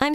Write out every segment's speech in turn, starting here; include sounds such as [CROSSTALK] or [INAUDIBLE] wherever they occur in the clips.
I'm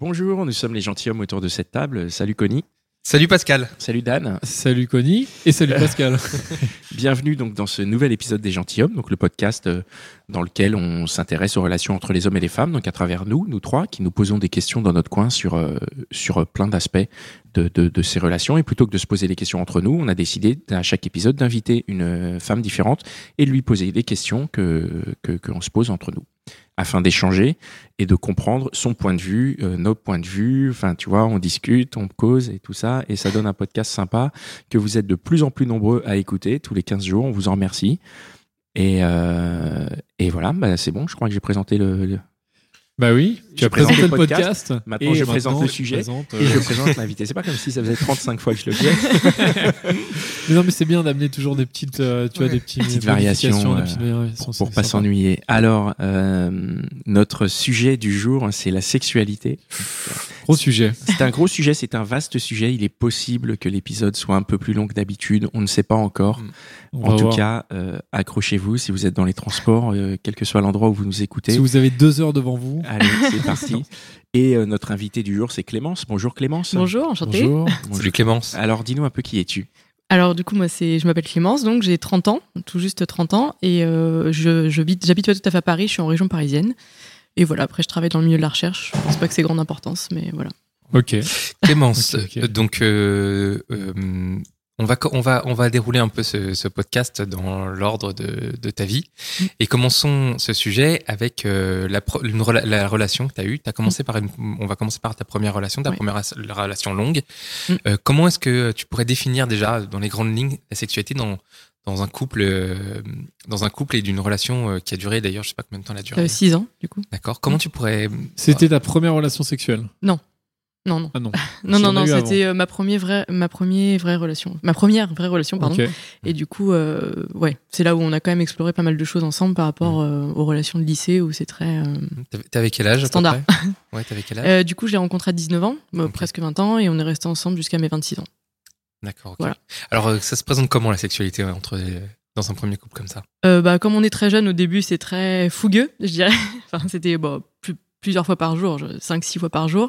Bonjour, nous sommes les gentilshommes autour de cette table. Salut Connie, Salut Pascal. salut Dan. Salut Connie [LAUGHS] et salut Pascal. Bienvenue donc dans ce nouvel épisode des gentilshommes, donc le podcast euh, dans lequel on s'intéresse aux relations entre les hommes et les femmes, donc à travers nous, nous trois, qui nous posons des questions dans notre coin sur euh, sur euh, plein d'aspects de, de, de ces relations. Et plutôt que de se poser des questions entre nous, on a décidé à chaque épisode d'inviter une euh, femme différente et de lui poser des questions que que qu'on se pose entre nous afin d'échanger et de comprendre son point de vue, euh, nos points de vue. Enfin, tu vois, on discute, on cause et tout ça. Et ça donne un podcast sympa que vous êtes de plus en plus nombreux à écouter tous les 15 jours. On vous en remercie. Et, euh, et voilà, bah, c'est bon, je crois que j'ai présenté le. le- bah oui, tu Je as présenté le présente le podcast. Maintenant, je présente le sujet présente, [LAUGHS] euh, Et je présente l'invité. C'est pas comme si ça faisait 35 fois que je le faisais. mais non, mais c'est bien d'amener toujours des petites, euh, tu vois, Ouais. des petites, Petites modifications, variations, des euh, petites variations, Pour, c'est pour pas sympa. s'ennuyer. Alors, euh, notre sujet du jour, c'est la sexualité. Gros sujet. C'est un gros sujet, c'est un vaste sujet. Il est possible que l'épisode soit un peu plus long que d'habitude. On ne sait pas encore. On En va tout voir. cas, euh, accrochez-vous si vous êtes dans les transports, euh, quel que soit l'endroit où vous nous écoutez. si vous avez deux heures devant vous, [LAUGHS] Allez, c'est parti. Et euh, notre invité du jour, c'est Clémence. Bonjour Clémence. Bonjour, enchantée. bonjour. Bonjour. Salut Clémence. Alors, dis-nous un peu qui es-tu Alors du coup, moi, c'est, je m'appelle Clémence, donc j'ai 30 ans, tout juste 30 ans, et euh, je, je vis- j'habite pas tout à fait à Paris, je suis en région parisienne. Et voilà, après, je travaille dans le milieu de la recherche. Je pense pas que c'est grande importance, mais voilà. Ok. Clémence. [LAUGHS] Ok, ok. euh, Donc, euh, euh, on, va, co- on, va, on va dérouler un peu ce, ce podcast dans l'ordre de, de ta vie. Et commençons ce sujet avec euh, la, pro- une rela- la relation que tu as eue. T'as commencé par une- on va commencer par ta première relation, ta Oui. première as- la relation longue. Mm. Euh, comment est-ce que tu pourrais définir déjà, dans les grandes lignes, la sexualité dans, dans, un, couple, euh, dans un couple et d'une relation euh, qui a duré, d'ailleurs, je sais pas combien de temps elle a duré. 6 Euh, ans, du coup. D'accord. Comment tu pourrais. Mm. C'était ta première relation sexuelle Non, non. Ah non. [LAUGHS] Non, Tu non, en as non, eu avant. c'était euh, ma, première vraie, ma première vraie relation. Ma première vraie relation, pardon. Ok. Et du coup, euh, ouais, c'est là où on a quand même exploré pas mal de choses ensemble par rapport Mm. euh, aux relations de lycée, où c'est très... euh, T'avais- T'avais quel âge à peu [LAUGHS] Standard. près Ouais, t'avais quel âge euh, du coup, je l'ai rencontré à 19 ans, bah, Ok. presque 20 ans, et on est resté ensemble jusqu'à mes 26 ans. D'accord. ok. Voilà. Alors, euh, ça se présente comment la sexualité euh, entre les- dans un premier couple comme ça Euh, bah, comme on est très jeune, au début, c'est très fougueux, je dirais. [LAUGHS] Enfin, c'était bah, plus- plusieurs fois par jour, 5-6 fois par jour.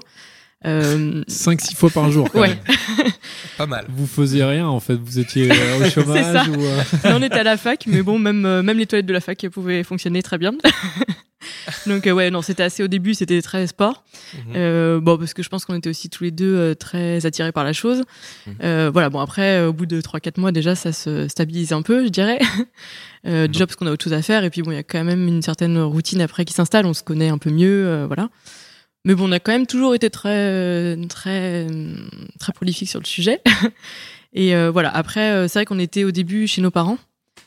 Euh, 5-6 fois par jour. quand ouais, même. Pas mal. Vous faisiez rien en fait, vous [LAUGHS] étiez euh, au chômage ça. ou. euh, Là, on était à la fac, mais bon, même, euh, même les toilettes de la fac elles pouvaient fonctionner très bien. [LAUGHS] Donc, euh, ouais, non, c'était assez au début, c'était très sport. Mhm. Euh, bon, parce que je pense qu'on était aussi tous les deux euh, très attirés par la chose. Mhm. Euh, voilà, bon, après, euh, au bout de 3-4 mois, déjà, ça se stabilise un peu, je dirais. [LAUGHS] Euh, Mhm. déjà, parce qu'on a autre chose à faire. Et puis, bon, il y a quand même une certaine routine après qui s'installe. On se connaît un peu mieux, euh, voilà. Mais bon, on a quand même toujours été très, euh, très, euh, très prolifique sur le sujet. [LAUGHS] Et euh, voilà, après, euh, c'est vrai qu'on était au début chez nos parents.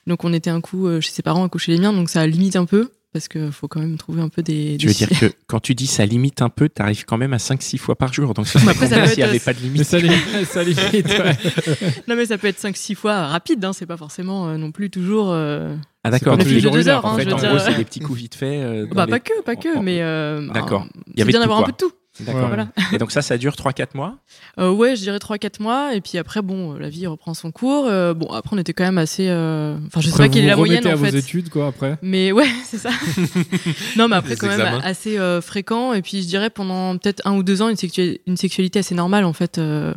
Donc, on était un coup euh, chez ses parents, un coup chez les miens. Donc, ça limite un peu. Parce qu'il faut quand même trouver un peu des. Tu des- veux dire [LAUGHS] que quand tu dis ça limite un peu, t'arrives quand même à 5-6 fois par jour. Donc, ça serait après, ça combien peut s'il n'y être- avait pas de Mais limite ça les- [LAUGHS] ça les fait, ouais. Non, mais ça peut être 5-6 fois rapide, hein, c'est pas forcément euh, non plus toujours. euh, Ah, d'accord. c'est pas donc tous les les- jours deux une heure, heures, En hein, fait, je veux en dire, gros, c'est ouais. des petits coups vite faits. euh, dans Bah, les- pas que, pas que, en- en- mais. euh, D'accord. un- y C'est avait bien tout, d'avoir un quoi. peu de tout. D'accord. Voilà. Et donc, ça, ça dure 3-4 mois. Euh, ouais, je dirais 3-4 mois, et puis après, bon, euh, la vie reprend son cours. euh, bon, après, on était quand même assez. euh, Enfin, je sais Après, pas quelle est la vous vous moyenne remettez en à vos fait. études quoi après. Mais ouais, [LAUGHS] c'est ça. non, mais après, Les quand examens. même, assez euh, fréquent. Et puis, je dirais pendant peut-être un ou deux ans, une, sexu- une sexualité assez normale, en fait. euh,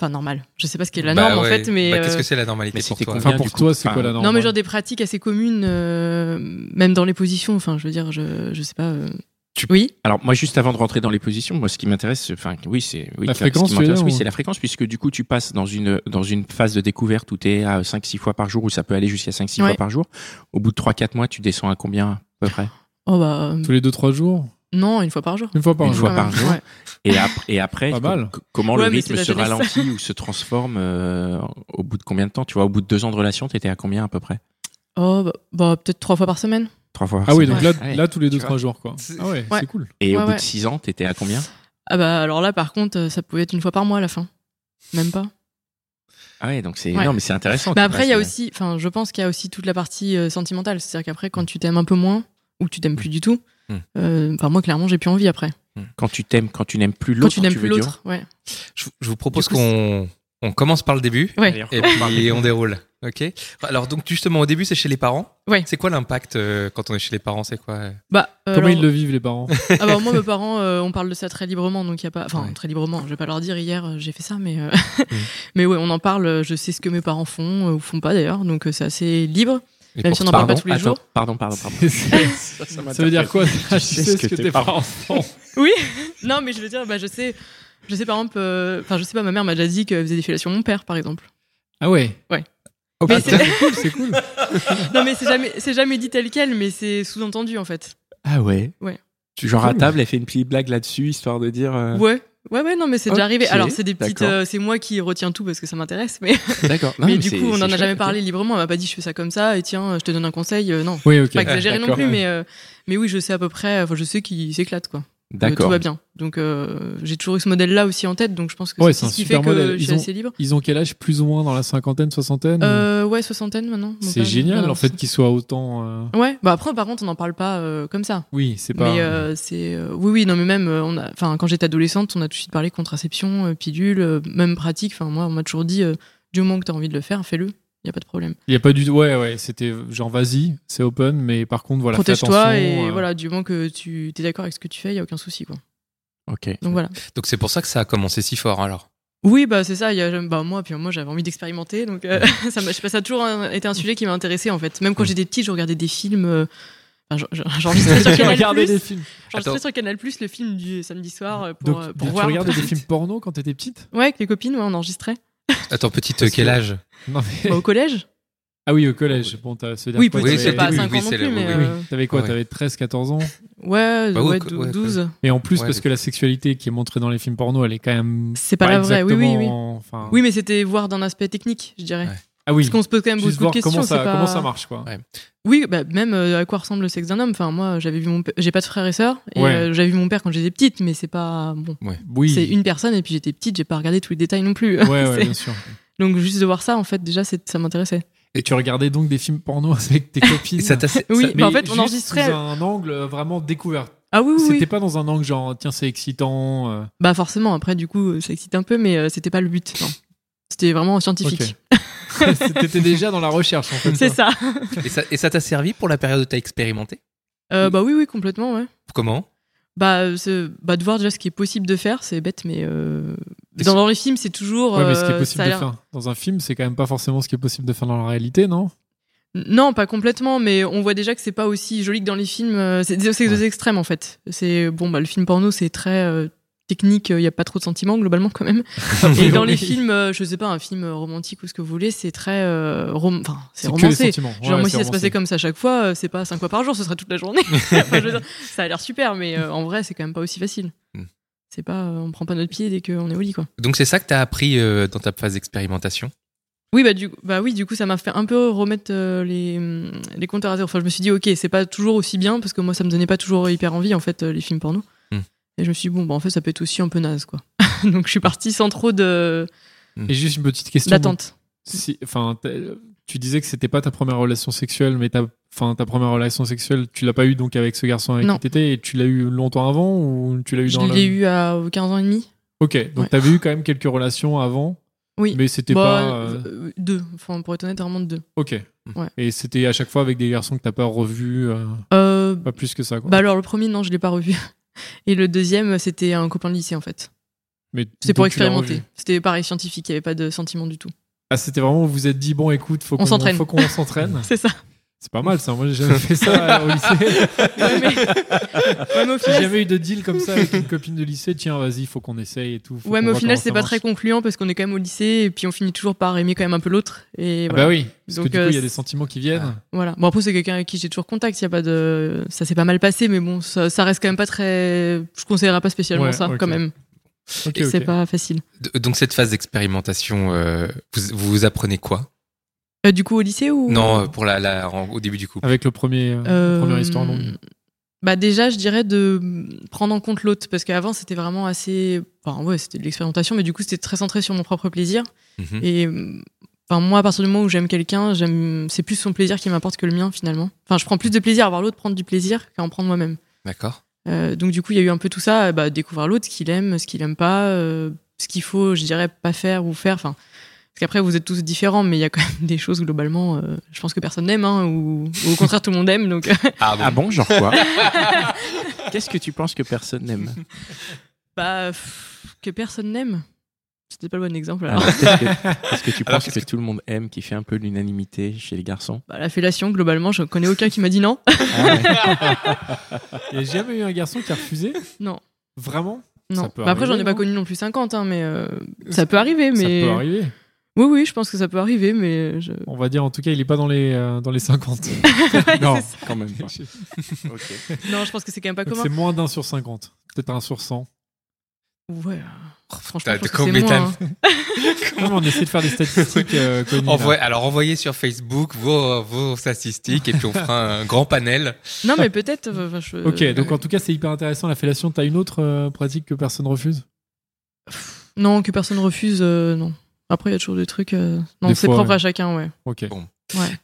Enfin, normale. Je sais pas ce qu'est la Bah norme, ouais. en fait, mais. Bah, Qu'est-ce euh, que c'est la normalité mais pour c'était toi convaincant. Enfin Combien, pour du coup toi c'est quoi la Enfin, norme Non, mais genre des pratiques assez communes, euh, même dans les positions. Enfin, je veux dire, je, je sais pas. euh, Tu- Oui, Alors moi, juste avant de rentrer dans les positions, moi, ce qui m'intéresse, c'est- enfin, oui, c'est oui, La ce qui fréquence, tu veux m'intéresse, dire, oui, ou- c'est la fréquence, puisque du coup, tu passes dans une dans une phase de découverte où tu es à 5-6 fois par jour, où ça peut aller jusqu'à 5-6 Ouais. fois par jour. Au bout de 3-4 mois, tu descends à combien à peu près oh bah euh, Tous les 2-3 jours non, une fois par jour. Une fois par Une jour fois Ouais, par jour. ouais. Et, ap- et après, Pas mal. co- comment Ouais, le mais c'est rythme la se jeunesse. ralentit ou se transforme euh, au bout de combien de temps Tu vois, au bout de deux ans de relation, tu étais à combien à peu près Oh bah, bah, peut-être trois fois par semaine. trois fois. par Ah oui, semaine. donc là, Ouais. là tous les deux, Tu trois jours, quoi. C'est- Ah ouais, Ouais. c'est cool. Et au Ouais, bout ouais. de six ans, t'étais à combien Ah bah alors là, par contre, euh, ça pouvait être une fois par mois à la fin. Même pas. Ah ouais, donc c'est Ouais. énorme, mais c'est intéressant. tu Mais après, il y a vois, c'est- aussi, enfin, je pense qu'il y a aussi toute la partie euh, sentimentale. C'est-à-dire qu'après, quand tu t'aimes un peu moins ou que tu t'aimes plus du tout, Mm. euh, enfin, moi, clairement, j'ai plus envie après. Quand tu t'aimes, quand tu n'aimes plus Quand l'autre, tu n'aimes plus veux dire. l'autre, ouais. Je, je vous propose Du coup, qu'on on commence par le début Ouais. D'ailleurs, [LAUGHS] et puis on déroule. Ok. Alors donc justement au début c'est chez les parents. Ouais. C'est quoi l'impact euh, quand on est chez les parents C'est quoi euh, Bah, euh, Comment alors- ils le vivent, [LAUGHS] les parents Ah bah, moi, mes parents, euh, on parle de ça très librement, donc il y a pas, enfin, Ouais. très librement. Je vais pas leur dire hier, euh, j'ai fait ça, [LAUGHS] mais, euh, Mm. [LAUGHS] mais ouais, on en parle. euh, Je sais ce que mes parents font euh, ou font pas d'ailleurs, donc euh, c'est assez libre. les Même si on portes- en parle pardon pas tous les attends, jours. Pardon, pardon, pardon. [LAUGHS] C'est- c'est- Ça veut dire quoi Tu sais ce que tes parents font. [LAUGHS] Non, mais je veux dire, bah, je sais, je sais par exemple, euh, enfin, je sais pas, ma mère m'a déjà dit qu'elle faisait des fellations de mon père, par exemple. Ah ouais. Oh, Mais putain. c'est- [LAUGHS] cool, c'est cool. non, mais c'est jamais, c'est jamais dit tel quel, mais c'est sous-entendu en fait. Ah ouais. Ouais. Genre à Cool. table, elle fait une petite blague là-dessus, histoire de dire. euh, Ouais, ouais, ouais, non, mais c'est déjà Ok, arrivé. Alors, c'est des petites. d'accord. euh, c'est moi qui retiens tout parce que ça m'intéresse, mais, D'accord. Non, mais mais du c'est- coup, on c'est en a chouette, jamais ok. parlé Euh, librement. On m'a pas dit je fais ça comme ça et tiens, je te donne un conseil. euh, non, Oui, ok. pas exagéré non D'accord. plus, mais, euh, mais oui, je sais à peu près. Enfin, je sais qu'ils s'éclatent, quoi. Que Tout D'accord. va bien. Donc, euh, j'ai toujours eu ce modèle-là aussi en tête, donc je pense que Ouais, c'est c'est un ce qui fait super que modèle. je suis Ils ont- assez libre. Ils ont quel âge Plus ou moins dans la cinquantaine, soixantaine ou- Euh, ouais, soixantaine maintenant. mon C'est père, génial, euh, en fait, qu'ils soient autant. euh, Ouais, bah après, par contre, on n'en parle pas euh, comme ça. Oui, c'est pas. Mais euh, c'est euh, oui oui non mais même euh, on a enfin quand j'étais adolescente on a tout de suite parlé contraception euh, pilule euh, même pratique enfin moi on m'a toujours dit euh, du moment que t'as envie de le faire fais-le il y a pas de problème Il y a pas du. Ouais, ouais. C'était genre vas-y, c'est open, mais par contre, voilà. fais protège-toi attention, et euh, voilà du moment que tu t'es d'accord avec ce que tu fais il y a aucun souci quoi Ok. donc voilà Donc c'est pour ça que ça a commencé si fort alors. oui bah c'est ça il y a bah moi puis moi j'avais envie d'expérimenter donc euh, [LAUGHS] ça m'a je sais pas, ça a toujours un- été un sujet qui m'a intéressé en fait même quand j'étais petite je regardais des films euh, enfin, j'en- j'en- [LAUGHS] j'enregistrais sur [LAUGHS] Tu Canal regardais des Plus films. Attends. sur Canal Plus le film du samedi soir euh, pour, Donc, euh, tu pour voir un regardais peu. des films porno quand t'étais petite ouais avec les copines ouais, [LAUGHS] on enregistrait Attends petite euh, Parce que- quel âge Non, [LAUGHS] mais. Bah, au collège Ah oui, au collège. Bon, t'as. c'est-à-dire Oui, quoi, peut-être oui, t'avais- c'est pas oui, 5 oui, ans non c'est plus, le- mais. oui, euh, T'avais quoi Ouais. T'avais 13-14 ans Ouais, Bah, ouais, ouais, dou- ouais, 12. Et en plus, Ouais, parce mais- que la sexualité qui est montrée dans les films porno, elle est quand même. C'est pas la vraie, oui, oui, exactement- oui. enfin- Oui, mais c'était voir d'un aspect technique, je dirais. Ouais. Ah oui. Parce qu'on se pose quand même Juste beaucoup de voir questions. comment ça, c'est pas- comment ça marche, quoi. Ouais. Oui, bah, même euh, à quoi ressemble le sexe d'un homme. Enfin, moi, j'avais vu mon père. J'ai pas de frères et sœurs. Et Ouais. euh, j'avais vu mon père quand j'étais petite, mais c'est pas. Bon. Oui. C'est une personne, et puis j'étais petite, j'ai pas regardé tous les détails non [LAUGHS] plus. Ouais, ouais, C'est- bien sûr. [LAUGHS] Donc, juste de voir ça, en fait, déjà, c'est- ça m'intéressait. Et tu regardais donc des films porno [LAUGHS] avec tes copines. Et ça t'a- c'est- Oui, ça- mais en fait, on juste enregistrait- sous un angle euh, vraiment découvert. Ah oui, oui, C'était oui. pas dans un angle genre tiens c'est excitant. [LAUGHS] euh, Bah, forcément, après, du coup, ça excite un peu, mais euh, c'était pas le but. non. C'était vraiment scientifique. ok. T'étais déjà dans la recherche en fait. [LAUGHS] C'est toi. ça. et ça et ça t'a servi pour la période où t'as expérimenté Euh, bah, oui, oui, complètement, ouais. Comment bah, euh, ce- bah, de voir déjà ce qui est possible de faire, c'est bête, mais euh, Et dans, dans les films, c'est toujours. Ouais, mais ce qui euh, est possible ça a de l'air- faire dans un film, c'est quand même pas forcément ce qui est possible de faire dans la réalité, non Non, pas complètement, mais on voit déjà que c'est pas aussi joli que dans les films. euh, C'est c'est- c'est Ouais. deux extrêmes en fait. C'est bon, bah, le film porno, c'est très euh, technique, il y a pas trop de sentiments globalement [LAUGHS] quand même. Et dans les films, euh, je sais pas, un film euh, romantique ou ce que vous voulez, c'est très euh, rom- enfin, c'est C'est que les romancé. sentiments. Genre, Ouais, moi, c'est si ça se passait romancé. comme ça à chaque fois, euh, c'est pas cinq fois par jour, ce serait toute [LAUGHS] la journée. Enfin, je veux dire, ça a l'air super, mais euh, en vrai, c'est quand même pas aussi facile. Hmm. C'est pas, euh, on prend pas notre pied dès qu'on est au lit, quoi. Donc c'est ça que t'as appris euh, dans ta phase d'expérimentation. Oui, bah, du, bah oui, du coup, ça m'a fait un peu remettre euh, les, hum, les compteurs à zéro. Enfin, je me suis dit, ok, c'est pas toujours aussi bien, parce que moi, ça me donnait pas toujours hyper envie, en fait, euh, les films porno. Hmm. Et je me suis dit, bon, bah, en fait, ça peut être aussi un peu naze, quoi. [LAUGHS] Donc, je suis partie sans trop de- Et juste une petite question. d'attente. Si- enfin, t'as- tu disais que c'était pas ta première relation sexuelle, mais ta, enfin, ta première relation sexuelle, tu l'as pas eu donc avec ce garçon avec Non. qui t'étais, et tu l'as eu longtemps avant ou tu l'as eu Je dans l'ai le- eu à 15 ans et demi. Ok, donc Ouais. t'avais eu quand même quelques relations avant, Oui. mais c'était Bah, pas. euh, euh, deux. Enfin, pour être honnête, vraiment deux. Ok. Ouais. Et c'était à chaque fois avec des garçons que t'as pas revu, Euh, pas plus que ça. Quoi. bah, alors, le premier, non, je l'ai pas revu. [LAUGHS] Et le deuxième, c'était un copain de lycée, en fait. Mais C'était donc tu pour l'as expérimenter. revu. C'était pareil, scientifique, il n'y avait pas de sentiment du tout. Ah, c'était vraiment, vous vous êtes dit, bon, écoute, faut On qu'on s'entraîne. Faut qu'on [LAUGHS] s'entraîne. [LAUGHS] C'est ça. C'est pas mal ça, moi j'ai jamais fait ça euh, au [LAUGHS] lycée. Ouais, mais- Ouais, mais au J'ai final, jamais eu de deal comme ça avec une copine de lycée, tiens, vas-y, faut qu'on essaye et tout. faut Ouais, qu'on mais au voit final, comment c'est ça pas marche. très concluant parce qu'on est quand même au lycée et puis on finit toujours par aimer quand même un peu l'autre. Et Ah voilà. Bah oui, parce Donc, que du euh, coup, il y a des c'est- sentiments qui viennent. Voilà. Bon, après, c'est quelqu'un avec qui j'ai toujours contact. Il y a pas de. Ça s'est pas mal passé, mais bon, ça, ça reste quand même pas très. Je conseillerais pas spécialement Ouais, ça ok. quand même. Ok, C'est ok. pas facile. euh, D- Donc cette phase d'expérimentation, euh, vous, vous apprenez quoi Euh, du coup, au lycée ou Non, euh, pour la, la- en- au début du couple. Avec le premier, euh, Euh, première histoire longue. Bah déjà, je dirais de prendre en compte l'autre, parce qu'avant c'était vraiment assez, enfin ouais, c'était de l'expérimentation, mais du coup c'était très centré sur mon propre plaisir. Mhm. Et enfin moi, à partir du moment où j'aime quelqu'un, j'aime, c'est plus son plaisir qui m'importe que le mien finalement. Enfin, je prends plus de plaisir à voir l'autre prendre du plaisir qu'à en prendre moi-même. D'accord. Euh, donc du coup, il y a eu un peu tout ça, euh, bah, découvrir l'autre, ce qu'il aime, ce qu'il aime pas, euh, ce qu'il faut, je dirais, pas faire ou faire. Enfin, parce qu'après, vous êtes tous différents, mais il y a quand même des choses globalement, euh, je pense que personne n'aime, hein, ou, ou au contraire tout le monde aime. Donc, Ah bon, Ah bon, genre [LAUGHS] quoi Qu'est-ce que tu penses que personne n'aime bah, pff, que personne n'aime. C'était pas le bon exemple. Alors. Ah. Alors, Ah Qu'est-ce que, qu'est-ce que tu Alors, penses qu'est-ce que, tout le monde aime, qui fait un peu l'unanimité chez les garçons Bah, la fellation, globalement, je connais aucun qui m'a dit non. Il n'y a jamais eu un garçon qui a refusé Non. Vraiment [LAUGHS] non. Ça peut Bah, après, j'en ai arriver, pas non connu non plus 50, hein, mais euh, ça peut arriver. Ça Mais peut arriver. oui, oui, je pense que ça peut arriver, [LAUGHS] mais je... On va dire en tout cas, il est pas dans les, euh, dans les [LAUGHS] [LAUGHS] 50. Non, quand même pas. non, je pense que c'est quand même pas Donc commun. c'est moins d'un sur 50. Peut-être un sur [LAUGHS] 100. Ouais. euh, Franchement, T'as- je pense que comme c'est Ethan. moins, hein. Non, mais on essaie de faire des statistiques [LAUGHS] euh, connues, là. Envoie- alors envoyez sur Facebook vos, vos statistiques et puis on fera un grand panel. Non, mais peut-être. euh, enfin, je- Ok, donc en tout cas, c'est hyper intéressant. La fellation, t'as une autre euh, pratique que personne refuse Non, que personne refuse, euh, non. Après, il y a toujours des trucs. euh, Non, Des c'est fois, propre ouais. à chacun, ouais. Ok.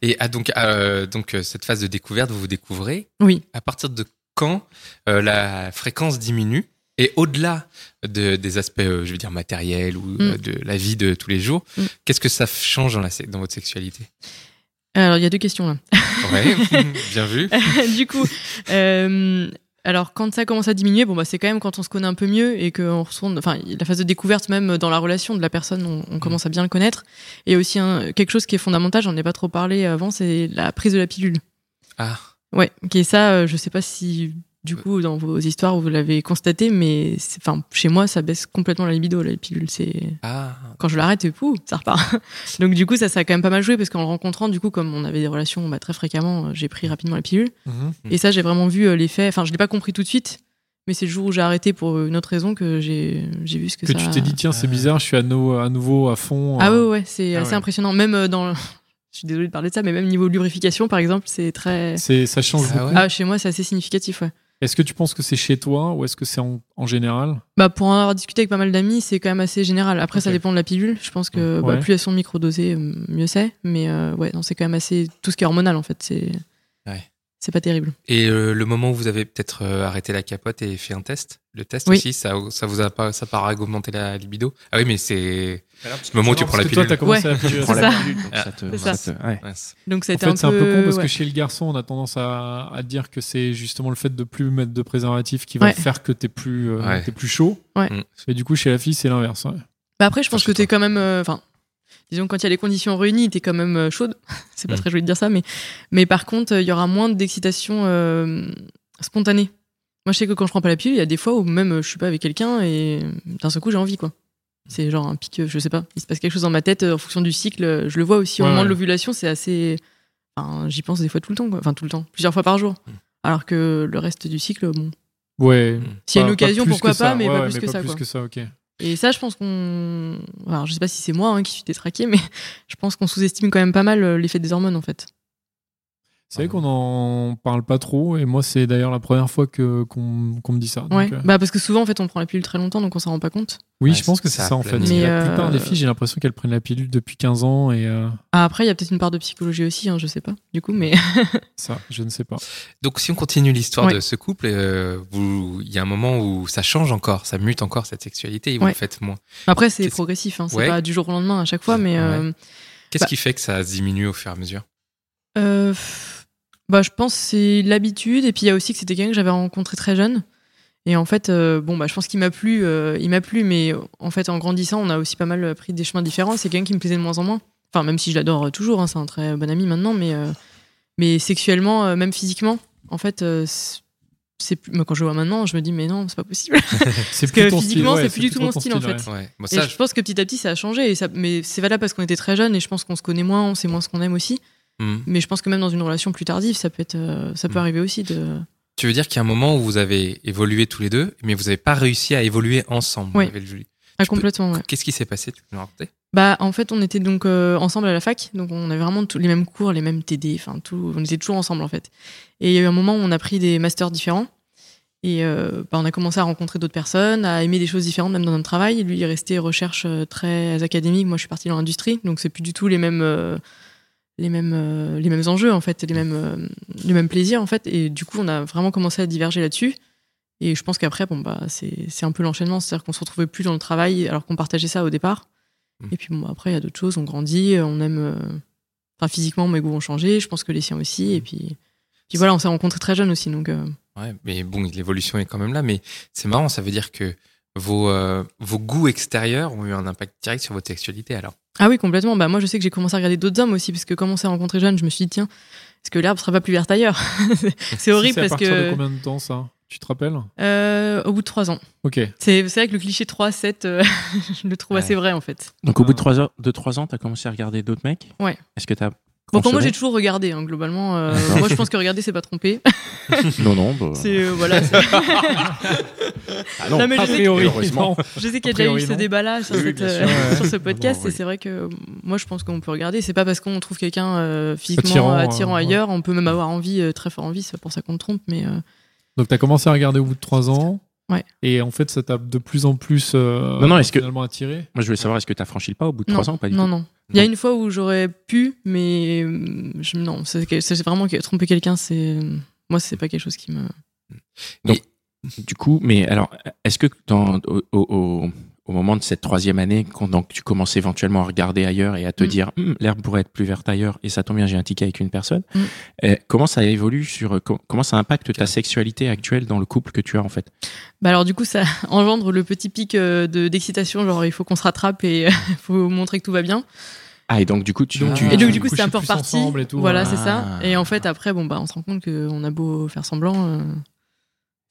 Et ah, donc, euh, donc euh, cette phase de découverte, vous vous découvrez. Oui. À partir de quand euh, la fréquence diminue et au-delà de, des aspects, euh, je veux dire matériels ou euh, de la vie de tous les jours, Mm. qu'est-ce que ça change dans, la, se- dans votre sexualité Alors, il y a deux questions là. Ouais, [LAUGHS] bien vu. [LAUGHS] du coup, euh, alors quand ça commence à diminuer, bon bah c'est quand même quand on se connaît un peu mieux et qu'on retourne, enfin la phase de découverte même dans la relation de la personne, on, on commence à bien le connaître. Et aussi un- quelque chose qui est fondamental, j'en ai pas trop parlé avant, c'est la prise de la pilule. Ah, Ouais, qui est ça, euh, je sais pas si du coup dans vos histoires vous l'avez constaté, mais c'est- enfin chez moi ça baisse complètement la libido la pilule, c'est ah, quand je l'arrête, et pouh, ça repart. [LAUGHS] Donc du coup, ça, ça a quand même pas mal joué parce qu'en le rencontrant, du coup, comme on avait des relations bah, très fréquemment, euh, j'ai pris rapidement la pilule. Mhm. Et ça, j'ai vraiment vu euh, l'effet. Enfin, je l'ai pas compris tout de suite, mais c'est le jour où j'ai arrêté pour euh, une autre raison que j'ai j'ai vu ce que, Que ça. tu t'es dit, tiens, c'est bizarre, je suis à, nou- à nouveau à fond. Ah ouais, euh, ouais, ouais, c'est Ah assez ouais. impressionnant. Même euh, dans, le- [LAUGHS] je suis désolée de parler de ça, mais même niveau lubrification, par exemple, c'est très. c'est- Ça change Ah beaucoup. ouais. Ah, chez moi, c'est assez significatif, ouais. Est-ce que tu penses que c'est chez toi ou est-ce que c'est en, en général Bah, pour en avoir discuté avec pas mal d'amis, c'est quand même assez général. Après, ça Ok. Mm. dépend de la pilule. Je pense que bah, Ouais. plus elles sont microdosées, euh, mieux c'est. Mais euh, ouais, non, c'est quand même assez. Tout ce qui est hormonal, en fait, c'est. Ouais. C'est pas terrible. Et euh, le moment où vous avez peut-être euh, arrêté la capote et fait un test, le test Oui. aussi, ça, ça vous a pas, ça part augmenter la libido. Ah oui, mais c'est le moment où tu Bah Parce prends la que toi, pilule. t'as commencé Ouais. à pilule. Prends [LAUGHS] C'est la ça. pilule, donc Ah, ça te- c'est ça ça. te- ouais. Mince. Donc En c'était fait, c'est un peu con parce ouais. que chez le garçon, on a tendance à, à dire que c'est justement le fait de plus mettre de préservatif qui va Ouais. faire que t'es plus, euh, Ouais. t'es plus chaud. Ouais. Mm. Et du coup, chez la fille, c'est l'inverse. ouais. Bah après, je pense Enfin, que chez t'es quand même. euh, Enfin, disons, quand il y a les conditions réunies, t'es quand même euh, chaude. [LAUGHS] c'est pas Mm. très joli de dire ça, mais, mais par contre, euh, il y aura moins d'excitation euh, spontanée. Moi, je sais que quand je prends pas la pilule, il y a des fois où même euh, je suis pas avec quelqu'un et euh, d'un seul coup, j'ai envie, quoi. C'est genre un pic, euh, je sais pas. Il se passe quelque chose dans ma tête euh, en fonction du cycle. euh, Je le vois aussi au Ouais, moment ouais. de l'ovulation, c'est assez. Enfin, j'y pense des fois tout le temps, quoi. Enfin, tout le temps, plusieurs fois par jour. Mm. Alors que le reste du cycle, bon. Ouais. S'il y a Pas- une pas occasion, plus pourquoi que ça. pas, mais Ouais, pas ouais, plus que ça, Pas quoi. plus que ça, ok. Et ça, je pense qu'on. Alors, je sais pas si c'est moi hein, qui suis détraqué, mais je pense qu'on sous-estime quand même pas mal euh, l'effet des hormones, en fait. C'est vrai qu'on en parle pas trop, et moi, c'est d'ailleurs la première fois que qu'on qu'on me dit ça. Donc, Ouais. euh, Bah, parce que souvent, en fait, on prend la pilule très longtemps, donc on s'en rend pas compte. oui, Ouais, je pense que ça c'est a ça en fait. plein de- Mais, La plupart euh, des filles, j'ai l'impression qu'elles prennent la pilule depuis 15 ans, et euh, Ah, après, il y a peut-être une part de psychologie aussi, hein, je sais pas, du coup, mais. [LAUGHS] ça, je ne sais pas. Donc si on continue l'histoire Ouais. de ce couple, euh, vous- il y a un moment où ça change encore, ça mute encore cette sexualité et vous Ouais. le faites moins. Après, c'est Qu'est-ce- progressif, hein, c'est Ouais. pas du jour au lendemain à chaque fois, mais. euh, Qu'est-ce Bah. qui fait que ça diminue au fur et à mesure Euh, pff, bah, je pense que c'est l'habitude et puis il y a aussi que c'était quelqu'un que j'avais rencontré très jeune. Et en fait, euh, bon, bah, je pense qu'il m'a plu, euh, il m'a plu, mais en fait, en grandissant, on a aussi pas mal pris des chemins différents. C'est quelqu'un qui me plaisait de moins en moins. Enfin, même si je l'adore toujours, hein, c'est un très bon ami maintenant, mais, euh, mais sexuellement, euh, même physiquement, en fait, euh, c'est- c'est plus- moi, quand je le vois maintenant, je me dis, mais non, c'est pas possible. C'est que plus ton style, physiquement, ouais, c'est plus du tout trop mon ton style, en ouais. fait. Ouais. Bon, Et [LAUGHS] ça, je pense que petit à petit, ça a changé. Et ça, mais c'est valable parce qu'on était très jeunes et je pense qu'on se connaît moins, on sait moins ce qu'on aime aussi. je- Hmm. Mais je pense que même dans une relation plus tardive, ça peut être, euh, ça peut Mm. arriver aussi de. Tu veux dire qu'il y a un moment où vous avez évolué tous les deux, mais vous n'avez pas réussi à évoluer ensemble. Ouais. Marie-Velle Julie. Ah, complètement, ouais. Qu'est-ce qui s'est passé Tu peux nous raconter Bah, en fait, on était donc euh, ensemble à la fac, donc on avait vraiment tous les mêmes cours, les mêmes TD, enfin tout, on était toujours ensemble en fait. Et il y a eu un moment où on a pris des masters différents, et euh, bah, on a commencé à rencontrer d'autres personnes, à aimer des choses différentes, même dans notre travail. Et lui, il est resté recherche euh, très académique, moi je suis partie dans l'industrie, donc c'est plus du tout les mêmes. euh, les mêmes, euh, les mêmes enjeux en fait et les mêmes, euh, les mêmes plaisirs en fait et du coup on a vraiment commencé à diverger là-dessus et je pense qu'après, bon, bah, c'est c'est un peu l'enchaînement. C'est-à-dire qu'on se retrouvait plus dans le travail alors qu'on partageait ça au départ. Mhm. Et puis, bon, bah, après, il y a d'autres choses. On grandit, euh, on aime. euh, Enfin, physiquement, mes goûts ont changé. Je pense que les siens aussi. Et puis, puis voilà, on s'est rencontrés très jeunes aussi. Donc, euh, Ouais, mais bon, l'évolution est quand même là. Mais c'est marrant, ça veut dire que vos, euh, vos goûts extérieurs ont eu un impact direct sur votre sexualité alors. Ah oui, complètement. Bah, moi, je sais que j'ai commencé à regarder d'autres hommes aussi. Parce que comme on s'est rencontrés jeunes, je me suis dit, tiens, est-ce que l'herbe sera pas plus verte ailleurs [LAUGHS] C'est horrible à parce partir de que. combien de temps ça Tu te rappelles euh, au bout de trois ans. Ok. C'est c'est vrai que le cliché 3-7, euh, [LAUGHS] je le trouve Ouais. assez vrai en fait. Donc au bout de trois ans, de trois ans, t'as commencé à regarder d'autres mecs. Ouais. Est-ce que t'as Bon, pour moi, consommé j'ai toujours regardé, hein, [LAUGHS] globalement. euh, D'accord. moi, je pense que regarder, c'est pas tromper. Non, non. bah, [LAUGHS] C'est euh, [LAUGHS] voilà. c'est- ah non. Non, mais je A sais- priori, Heureusement. non. Je sais qu'il A y a déjà eu priori, ce non. débat-là sur, Oui, oui, cette, bien euh, sûr, ouais. sur ce podcast, Bon, oui. et c'est vrai que euh, moi, je pense qu'on peut regarder. C'est pas parce qu'on trouve quelqu'un euh, physiquement Attirant, attirant, euh, ouais. ailleurs, on peut même avoir envie, euh, très fort envie. C'est pas pour ça qu'on le trompe, mais euh, Donc t'as commencé à regarder au bout de trois ans. Ouais. Et en fait, ça t'a de plus en plus euh, Non, non, est-ce que- finalement attiré. Moi, je voulais savoir, est-ce que t'as franchi le pas au bout de non, trois ans ou pas du non, tout non. Il y a Non. une fois où j'aurais pu, mais euh, je, non, c'est que- c'est vraiment que tromper quelqu'un, c'est mm, moi, c'est pas quelque chose qui me. Du coup, mais alors, est-ce que dans, au, au- au- au moment de cette troisième année, quand donc, tu commences éventuellement à regarder ailleurs et à te Mm. dire Hum, l'herbe pourrait être plus verte ailleurs et ça tombe bien, j'ai un ticket avec une personne, Mm. euh, comment ça évolue sur euh, com- comment ça impacte ta sexualité actuelle dans le couple que tu as en fait Bah alors du coup ça [LAUGHS] engendre le petit pic euh, de d'excitation genre il faut qu'on se rattrape et [LAUGHS] il faut montrer que tout va bien Ah et donc du coup tu, Donc, tu- Et Ah, donc, vous du coup, c'était un couchez peu plus reparti. ensemble et tout, voilà, ouais. c'est Ah. ça. Et en fait, après, bon, bah, on se rend compte qu'on a beau faire semblant, euh,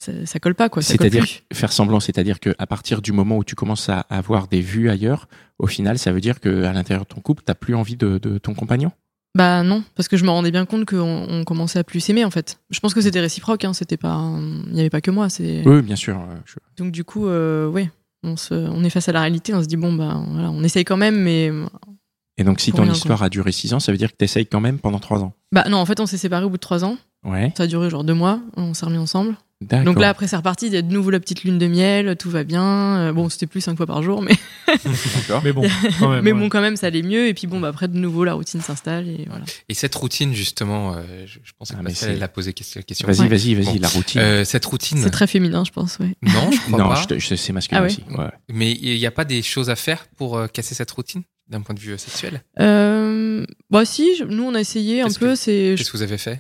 ça, ça colle pas, quoi. Ça colle C'est-à-dire plus. faire semblant, c'est-à-dire que à partir du moment où tu commences à avoir des vues ailleurs, au final, ça veut dire que à l'intérieur de ton couple, t'as plus envie de, de ton compagnon. Bah non, parce que je me rendais bien compte qu'on on commençait à plus s'aimer, en fait. Je pense que c'était réciproque, hein. C'était pas, un- il n'y avait pas que moi. C'est Oui, bien sûr. euh, je- donc du coup, euh, ouais, on se, on est face à la réalité. On se dit bon, bah voilà, on essaye quand même, mais Et donc si Pour ton rien, histoire a duré six ans, ça veut dire que t'essayes quand même pendant trois ans. bah non, en fait, on s'est séparés au bout de trois ans. Ouais. Ça a duré genre deux mois. On s'est remis ensemble. D'accord. Donc là, après, c'est reparti. Il y a de nouveau la petite lune de miel. Tout va bien. Euh, Bon, c'était plus cinq fois par jour, mais D'accord. Mais bon, quand même. [LAUGHS] Mais ouais. bon, quand même, ça allait mieux. Et puis bon, bah, après, de nouveau, la routine s'installe. Et voilà. Et cette routine, justement, euh, je, je pensais Ah, que mais Pascal c'est- elle a posé que- la question. Vas-y, Ouais. vas-y, vas-y, Bon. la routine. Euh, cette routine, C'est très féminin, je pense. Ouais. non, je [LAUGHS] crois non, pas. je, te- je- c'est masculin Ah ouais. aussi. ouais. Mais il n'y a pas des choses à faire pour euh, casser cette routine d'un point de vue euh, sexuel Euh, bah si, je- nous on a essayé un Qu'est-ce peu. que- C'est je- Qu'est-ce que vous avez fait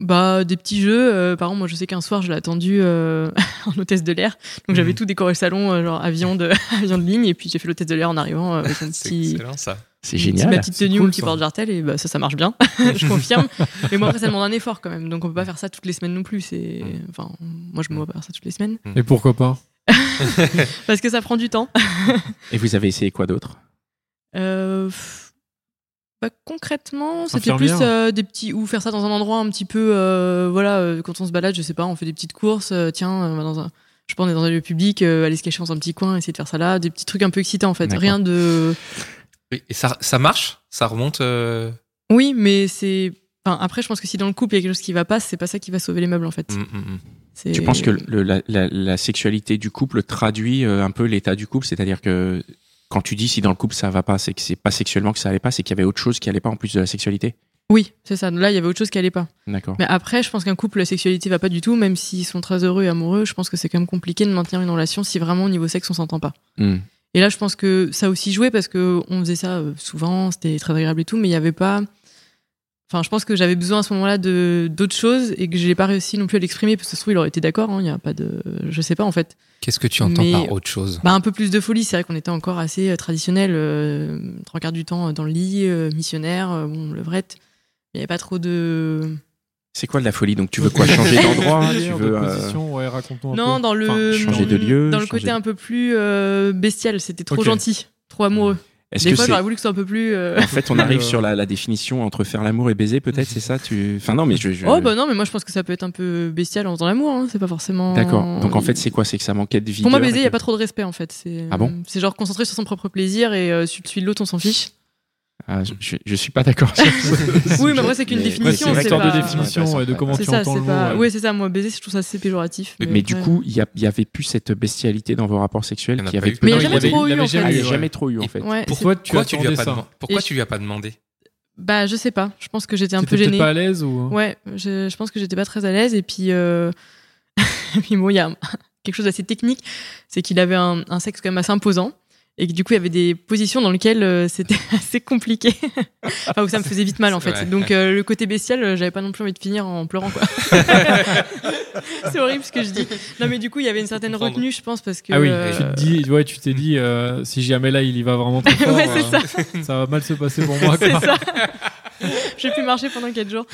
bah des petits jeux. euh, par exemple, moi je sais qu'un soir je l'ai attendu euh, [LAUGHS] en hôtesse de l'air. Donc j'avais Mhm. tout décoré le salon, euh, genre avion de [LAUGHS] avion de ligne. Et puis j'ai fait l'hôtesse de l'air en arrivant euh, avec un [LAUGHS] C'est petit. excellent ça. C'est petit- génial. ma petite tenue, cool, mon petit ça. porte-jartel, et bah, ça, ça marche bien, [LAUGHS] je confirme. Mais moi, après, ça demande un effort quand même, donc on peut pas faire ça toutes les semaines non plus. C'est, Mhm. enfin, moi, je me vois pas faire ça toutes les semaines, Et pourquoi pas parce que ça prend du temps. Et vous avez essayé quoi d'autre Euh, pff, bah, concrètement, c'était plus Infirmière. euh, des petits ou faire ça dans un endroit un petit peu euh, voilà euh, quand on se balade, je sais pas, on fait des petites courses, euh, tiens, on va dans un je pense on est dans un lieu public, euh, aller se cacher dans un petit coin, essayer de faire ça là, des petits trucs un peu excitants en fait, D'accord. rien de Oui, Et ça, ça marche Ça remonte euh, Oui, mais c'est enfin après je pense que si dans le couple il y a quelque chose qui va pas, c'est pas ça qui va sauver les meubles en fait. mm, mm, mm. C'est- Tu penses que le- la, la- la sexualité du couple traduit euh, un peu l'état du couple, c'est-à-dire que quand tu dis si dans le couple ça va pas, c'est que c'est pas sexuellement que ça allait pas, c'est qu'il y avait autre chose qui allait pas en plus de la sexualité. Oui, c'est ça. Là, il y avait autre chose qui allait pas. D'accord. Mais après, je pense qu'un couple, la sexualité va pas du tout, même s'ils sont très heureux et amoureux, je pense que c'est quand même compliqué de maintenir une relation si vraiment au niveau sexe on s'entend pas. Hmm. Et là, je pense que ça a aussi jouait parce que on faisait ça euh, souvent, c'était très agréable et tout, mais il n'y avait pas. Enfin, je pense que j'avais besoin à ce moment-là de d'autres choses et que je n'ai pas réussi non plus à l'exprimer parce que ça se trouve, il aurait été d'accord. hein, Il n'y a pas de, je sais pas en fait. Qu'est-ce que tu entends Mais- par autre chose Bah, un peu plus de folie. C'est vrai qu'on était encore assez euh, traditionnel, euh, trois quarts du temps euh, dans le lit, euh, missionnaire, euh, bon, levrette. Il n'y avait pas trop de. C'est quoi de la folie Donc tu veux quoi Changer [LAUGHS] d'endroit Tu veux de euh, position ouais, raconte-nous un Non, peu. dans le Enfin, changer dans de le- lieu, dans le changer côté de- un peu plus euh, bestial. C'était trop Ok. gentil, trop amoureux. Est-ce Des que fois, c'est j'aurais voulu que ce soit un peu plus. euh, en fait, on arrive Euh, sur la, la définition entre faire l'amour et baiser, peut-être, c'est ça tu... Enfin, non, mais je. je- Oh bah non, mais moi je pense que ça peut être un peu bestial en faisant l'amour, hein, c'est pas forcément. D'accord. Donc, en fait, c'est quoi C'est que ça manquait de vie. Pour moi, baiser, il y a pas trop de respect en fait. C'est Ah bon C'est genre concentré sur son propre plaisir et euh, celui de l'autre, on s'en fiche. Ah, je, je- je suis pas d'accord. sur ce Oui, mais sujet. après, c'est qu'une Ouais, définition, c'est une c'est histoire pas- de définition et de comment C'est tu ça, entends c'est le mot. euh pas. ouais. Oui, c'est ça. Moi, baiser, je trouve ça assez péjoratif. Mais, du après- coup, il y, a- il y avait plus cette bestialité dans vos rapports Il y sexuels en a qui pas avait eu. Mais il y a Non, jamais avait- trop eu, il avait en fait. Ah, il y a eu, jamais ouais. trop eu en fait. Ouais, Pourquoi tu Pourquoi tu lui as attendais pas ça demandé Pourquoi Et- tu lui as pas demandé c'est- Bah, je sais pas. Je pense que j'étais un peu T'étais peut-être gênée. pas à l'aise ou Ouais, je, je pense que j'étais pas très à l'aise. Et puis, euh... [LAUGHS] et puis bon, il y a un- [LAUGHS] quelque chose d'assez technique, c'est qu'il avait un, un sexe quand même assez imposant. Et que du coup, il y avait des positions dans lesquelles euh, [LAUGHS] c'était assez compliqué. [LAUGHS] enfin, où ça me faisait vite mal, en fait. Ouais. Donc, euh, le côté bestial, euh, j'avais pas non plus envie de finir en pleurant, [LAUGHS] quoi. c'est horrible ce que je dis. Non, mais du coup, il y avait une certaine Comprendre. retenue, je pense, parce que. Ah oui, euh, tu te dis, ouais, tu t'es dit, euh, si jamais là, il y va [LAUGHS] vraiment trop fort, Ouais, c'est euh, ça. va mal se passer pour moi. [LAUGHS] c'est quoi. ça. [LAUGHS] J'ai pu marcher pendant [LAUGHS] 4 jours.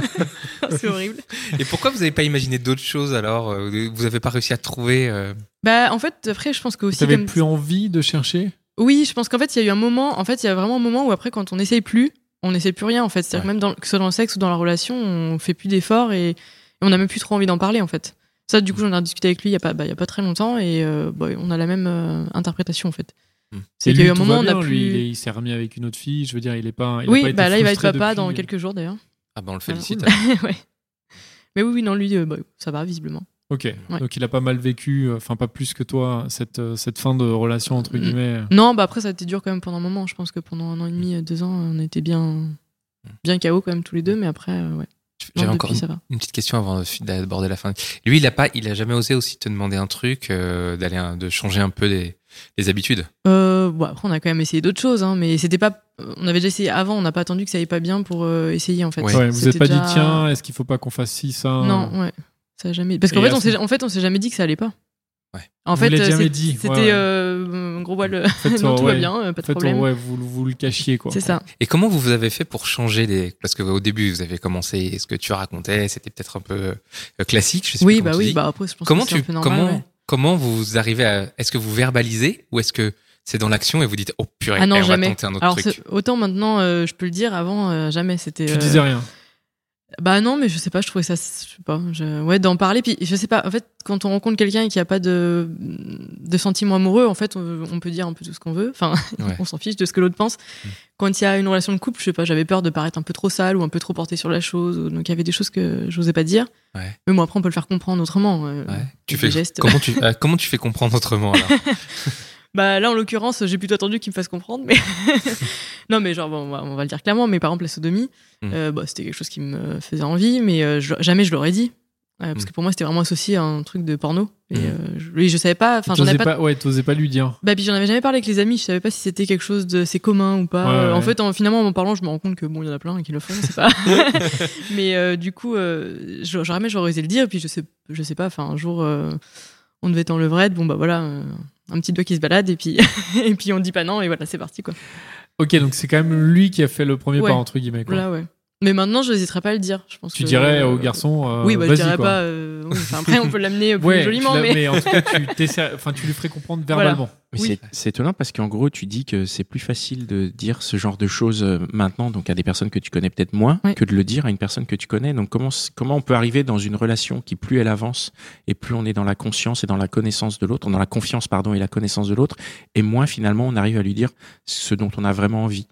[LAUGHS] c'est horrible. [LAUGHS] Et pourquoi vous avez pas imaginé d'autres choses alors euh, Vous avez pas réussi à trouver euh, Bah, en fait, après, je pense que aussi. T'avais comme- plus envie de chercher Oui, je pense qu'en fait, il y a eu un moment, en fait, il y a vraiment un moment où après, quand on n'essaye plus, on n'essaye plus rien, en fait. C'est-à-dire que même dans, que ce soit dans le sexe ou dans la relation, on fait plus d'efforts et, et on n'a même plus trop envie d'en parler, en fait. Ça, du coup, j'en ai discuté avec lui il n'y a, pas- bah, il y a pas très longtemps et euh, bah, on a la même euh, interprétation, en fait. Hmm. Et C'est qu'il y a eu lui, un tout moment, va on a bien, lui, plus. il est- il s'est remis avec une autre fille, je veux dire, il est pas. il a oui, pas été bah là, il va être frustré papa depuis. euh. dans quelques jours, d'ailleurs. Ah ben on le Voilà. félicite. ouais. Mais oui, oui, non, lui, euh, bah, ça va, visiblement. Ok, donc il a pas mal vécu, euh, enfin pas plus que toi, cette, euh, cette fin de relation entre Mm. guillemets. Non, bah après, ça a été dur quand même pendant un moment. Je pense que pendant un an et demi, Hmm. euh, deux ans, on était bien, bien KO quand même tous les Hmm. deux, mais après, euh, ouais. Non, J'avais depuis, encore une, ça va. une petite question avant d'aborder la fin. Lui, il a pas, il a jamais osé aussi te demander un truc, euh, d'aller, un- de changer un peu les, les habitudes. Euh, bon, après, on a quand même essayé d'autres choses, hein, mais c'était pas. On avait déjà essayé avant, on n'a pas attendu que ça aille pas bien pour euh, essayer en fait. Ouais. Ouais, vous C'était n'êtes pas déjà- dit tiens, est-ce qu'il faut pas qu'on fasse ci, ça euh, Non, ouais. Ça a jamais. Parce qu'en Et fait, à on ce s'est- moment- en fait, on s'est jamais dit que ça allait pas. Ouais. En Vous fait, l'avez euh, jamais c'est- dit, ouais, C'était ouais. euh, un gros voile. fait, [LAUGHS] non, tout ouais. va bien, euh, pas En de fait, problème. ouais, vous, vous le cachiez quoi. C'est ça. Et comment vous avez fait pour changer les Parce que au début, vous avez commencé ce que tu racontais, c'était peut-être un peu euh, classique. Je sais Oui, plus bah comment tu oui, dis. bah après, je pense comment que c'est tu, un peu normal. comment, ouais. comment vous arrivez à Est-ce que vous verbalisez ou est-ce que c'est dans l'action et vous dites oh purée, Ah non, eh, on va jamais. tenter un autre Alors, truc. c'est- autant maintenant, euh, je peux le dire, avant, euh, jamais. C'était. Tu euh, disais rien. Bah non, mais je sais pas, je trouvais ça, je sais pas, je- ouais, d'en parler. Puis je sais pas, en fait, quand on rencontre quelqu'un et qu'il n'y a pas de, de sentiments amoureux, en fait, on, on peut dire un peu tout ce qu'on veut. Enfin, Ouais. [LAUGHS] Mm. on s'en fiche de ce que l'autre pense. Quand il y a une relation de couple, je sais pas, j'avais peur de paraître un peu trop sale ou un peu trop portée sur la chose. ou- Donc il y avait des choses que j'osais pas dire. Ouais. Mais bon, après, on peut le faire comprendre autrement. euh, Ouais. Tu des fais gestes. comment tu euh, comment tu fais comprendre autrement [LAUGHS] alors Bah là, en l'occurrence, j'ai plutôt attendu qu'il me fasse comprendre. Mais [LAUGHS] non, mais genre, bon, on, va, on va le dire clairement. Mais par exemple, la sodomie, Mm. euh, bah, c'était quelque chose qui me faisait envie, mais euh, je- jamais je l'aurais dit. Euh, parce Mm. que pour moi, c'était vraiment associé à un truc de porno. Et Mm. euh, je, oui, je savais pas. Enfin, j'en T'osais avais pas. pas, ouais, t'osais pas lui dire. Bah, puis j'en avais jamais parlé avec les amis. Je savais pas si c'était quelque chose de. C'est commun ou pas. Ouais, Euh, En ouais. fait, en, finalement, en m'en parlant, je me rends compte que bon, il y en a plein qui le font, [LAUGHS] c'est pas. [LAUGHS] mais euh, du coup, euh, je- jamais j'aurais osé le dire. Puis je sais, je sais pas. Enfin, un jour, euh, on devait être en levrette. Bon, bah voilà. euh, un petit doigt qui se balade et puis [LAUGHS] et puis on dit pas non et voilà c'est parti quoi. Ok, donc c'est quand même lui qui a fait le premier Ouais. pas entre guillemets. Quoi. Voilà ouais. Mais maintenant je n'hésiterai pas à le dire. Je pense Tu que- dirais au garçon. euh, oui bah je vas-y, dirais quoi. pas. euh, oui, enfin, après on peut l'amener [LAUGHS] plus Ouais, joliment tu l'as- mais. en tout cas, [LAUGHS] tu, t'essaies- enfin, tu lui ferais comprendre verbalement. Mais Oui. c'est- C'est étonnant parce qu'en gros, tu dis que c'est plus facile de dire ce genre de choses euh, maintenant, donc à des personnes que tu connais peut-être moins, Oui. que de le dire à une personne que tu connais. Donc comment, s- comment on peut arriver dans une relation qui plus elle avance et plus on est dans la conscience et dans la connaissance de l'autre, dans la confiance pardon et la connaissance de l'autre, et moins finalement on arrive à lui dire ce dont on a vraiment envie.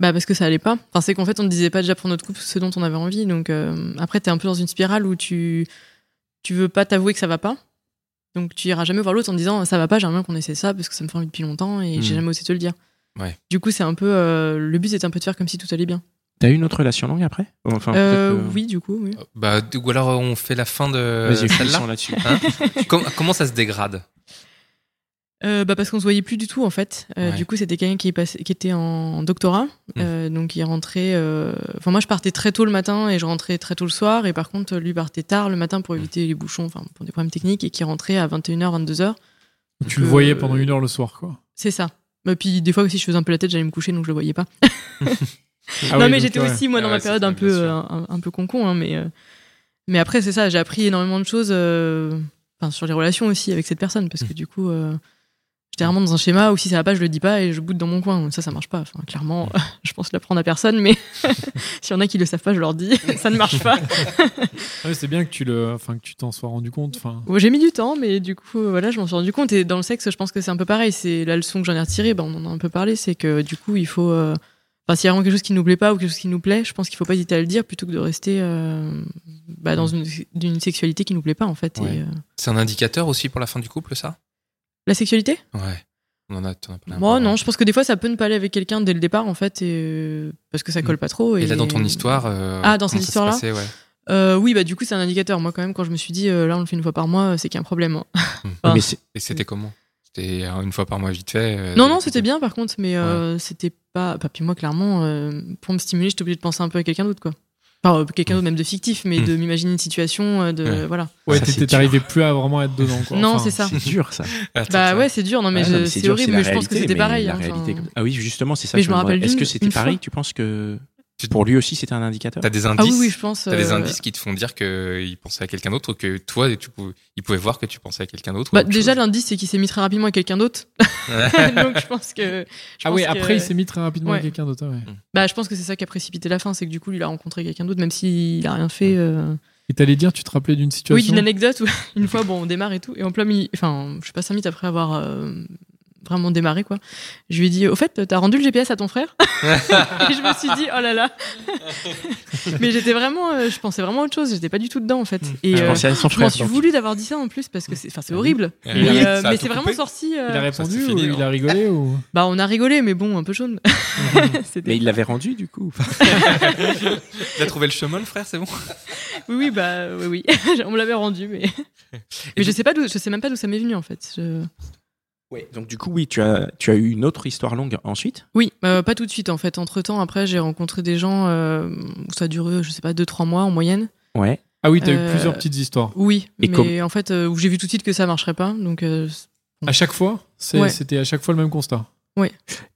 Bah parce que ça allait pas. Enfin c'est qu'en fait on ne disait pas déjà pour notre couple ce dont on avait envie donc euh, après t'es un peu dans une spirale où tu tu veux pas t'avouer que ça va pas. Donc tu iras jamais voir l'autre en disant ça va pas j'aimerais bien qu'on essaie ça parce que ça me fait envie depuis longtemps et j'ai Hmm. jamais osé te le dire. Ouais. Du coup c'est un peu euh, le but c'est un peu de faire comme si tout allait bien. T'as eu une autre relation longue après Enfin, Euh, peut-être, euh, Oui du coup oui. Bah ou alors on fait la fin de Vas-y, celle-là. finissons là-dessus. Hein [LAUGHS] Com- comment ça se dégrade Euh, bah parce qu'on se voyait plus du tout en fait. Euh, Ouais. Du coup, c'était quelqu'un qui, est passé- qui était en doctorat, euh, donc il rentrait. euh, Enfin, moi, je partais très tôt le matin et je rentrais très tôt le soir. Et par contre, lui partait tard le matin pour éviter les bouchons, enfin pour des problèmes techniques, et qui rentrait à 21h, 22h. Tu le voyais pendant une heure le soir, quoi. C'est ça. Et puis des fois aussi, je faisais un peu la tête, j'allais me coucher, donc je le voyais pas. non, mais j'étais aussi moi dans Ah ma ouais, c'est période ça, un bien peu sûr. euh, un, un peu concon, hein, mais euh, mais après c'est ça, j'ai Mm. appris énormément de choses, euh, enfin, sur les relations aussi avec cette personne, parce que du coup. euh, j'étais vraiment dans un schéma où si ça va pas, je le dis pas et je boude dans mon coin. Ça, ça marche pas. Enfin, Mm. clairement, [LAUGHS] je pense l'apprendre à personne, [LAUGHS] mais [LAUGHS] s'il y en a qui le savent pas, je leur dis, [LAUGHS] ça ne marche pas. Ouais, Ah c'est bien que tu le, enfin que tu t'en sois rendu compte. Enfin, Ouais, J'ai mis du temps, mais du coup, euh, voilà, je m'en suis rendu compte. Et dans le sexe, je pense que c'est un peu pareil. C'est la leçon que j'en ai retirée. Ben, on en a un peu parlé. C'est que du coup, il faut. euh, Enfin, s'il y a vraiment quelque chose qui nous plaît pas ou quelque chose qui nous plaît, je pense qu'il faut pas hésiter à le dire plutôt que de rester euh, bah, dans une, d'une sexualité qui nous plaît pas, en fait. Et, Ouais. euh, C'est un indicateur aussi pour la fin du couple, ça La sexualité Ouais. On en a, t'en as parlé un Moi, peu non, avant. je pense que des fois, ça peut ne pas aller avec quelqu'un dès le départ, en fait, et... euh, parce que ça colle pas trop. Mm. Et là, dans ton histoire. euh, Ah, dans comment cette ça histoire-là s'est passé, ouais. Euh, Oui, bah du coup, c'est un indicateur. Moi, quand même, quand je me suis dit, euh, là, on le fait une fois par mois, c'est qu'il y a un problème. hein. Enfin, Mais c'est- Et c'était comment C'était euh, une fois par mois, vite fait euh, Mmh. Non, non, c'était bien, par contre, mais euh, c'était pas. Bah, puis moi, clairement, euh, pour me stimuler, j'étais obligée de penser un peu à quelqu'un d'autre, quoi. Enfin, euh, quelqu'un d'autre, même de fictif, mais Mm. de m'imaginer une situation, euh, de. Ouais. Voilà. ouais, Ça, c'est t'étais dur. arrivé plus à vraiment être dedans. Quoi. non, Enfin, c'est ça. c'est dur ça. Attends, Bah ça- ouais, c'est dur, non, mais Ouais, je- non, mais c'est dur, horrible, la mais je pense que réalité, c'était mais pareil. la hein, réalité, enfin. comme- Ah oui, justement, c'est ça. Mais que je me demande. rappelle Est-ce d'une- que c'était une pareil fois. Tu penses que Tu- pour lui aussi c'était un indicateur T'as des Ah indices oui, oui, je pense. T'as des euh, indices qui te font dire qu'il pensait à quelqu'un d'autre ou que toi, tu pouvais, il pouvait voir que tu pensais à quelqu'un d'autre. ou Bah, autre déjà, chose. l'indice, c'est qu'il s'est mis très rapidement à quelqu'un d'autre. [LAUGHS] Donc, je pense que. je Ah oui, pense que- après il s'est mis très rapidement Ouais. avec quelqu'un d'autre. ouais. Bah, je pense que c'est ça qui a précipité la fin, c'est que du coup, lui, il a rencontré quelqu'un d'autre, même s'il a rien fait. euh, Et t'allais dire, tu te rappelais d'une Oui, situation. d'une anecdote où [LAUGHS] une fois, bon, on démarre et tout, et en plein milieu, enfin, je suis pas cinq minutes après avoir euh, vraiment démarré, quoi. Je lui ai dit, au fait, t'as rendu le GPS à ton frère [LAUGHS] Et je me suis dit, oh là là [LAUGHS] Mais j'étais vraiment, euh, je pensais vraiment à autre chose, j'étais pas du tout dedans, en fait. Et Je euh, pensais à son je m'en frère. suis donc. voulu d'avoir dit ça en plus, parce que c'est enfin, c'est horrible. Euh, Il a- Mais, ça euh, a mais tout c'est vraiment coupé sorti. euh, Il a Ça, répondu c'est fini, ou il a hein. rigolé ou Bah, on a rigolé, mais bon, un peu jaune. [LAUGHS] C'était Mais il l'avait rendu du coup. T'as trouvé le chemin, le frère, c'est bon Oui, oui, bah oui, [LAUGHS] oui. on me l'avait rendu, mais. mais je sais pas d'où, je sais même pas d'où ça m'est venu en fait. Je- Donc du coup oui, tu as tu as eu une autre histoire longue ensuite. Oui, euh, pas tout de suite en fait. Entre temps, après, j'ai rencontré des gens euh, où ça a duré, je sais pas, 2-3 mois en moyenne. Ouais. Ah oui, t'as eu Euh, plusieurs petites histoires. Oui, Et mais comme- en fait, euh, où j'ai vu tout de suite que ça marcherait pas. Donc, euh, À chaque fois, c'est- Ouais. c'était à chaque fois le même constat.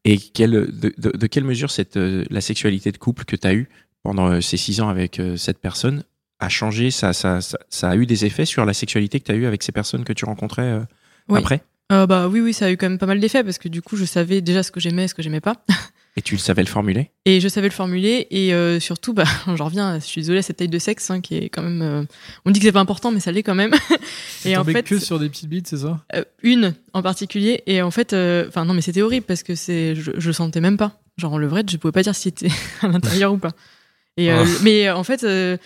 Et quelle de, de, de quelle mesure cette euh, la sexualité de couple que tu as eu pendant euh, ces six ans avec euh, cette personne a changé ça ça, ça ça a eu des effets sur la sexualité que tu as eu avec ces personnes que tu rencontrais euh, Oui. après euh, bah oui, oui, ça a eu quand même pas mal d'effets parce que du coup, je savais déjà ce que j'aimais, et ce que j'aimais pas. [LAUGHS] et tu le savais le formuler Et je savais le formuler. Et euh, surtout, bah, [LAUGHS] j'en reviens, à- je suis désolée à cette taille de sexe hein, qui est quand même. euh, on dit que c'est pas important, mais ça l'est quand même. [LAUGHS] Et Et en fait, que sur des petites bites, c'est ça Euh, une en particulier et en fait euh, enfin non mais c'était horrible parce que c'est je, je le sentais même pas genre en levrette je pouvais pas dire si c'était [LAUGHS] à l'intérieur ou pas et euh, Ah. le- mais euh, en fait euh,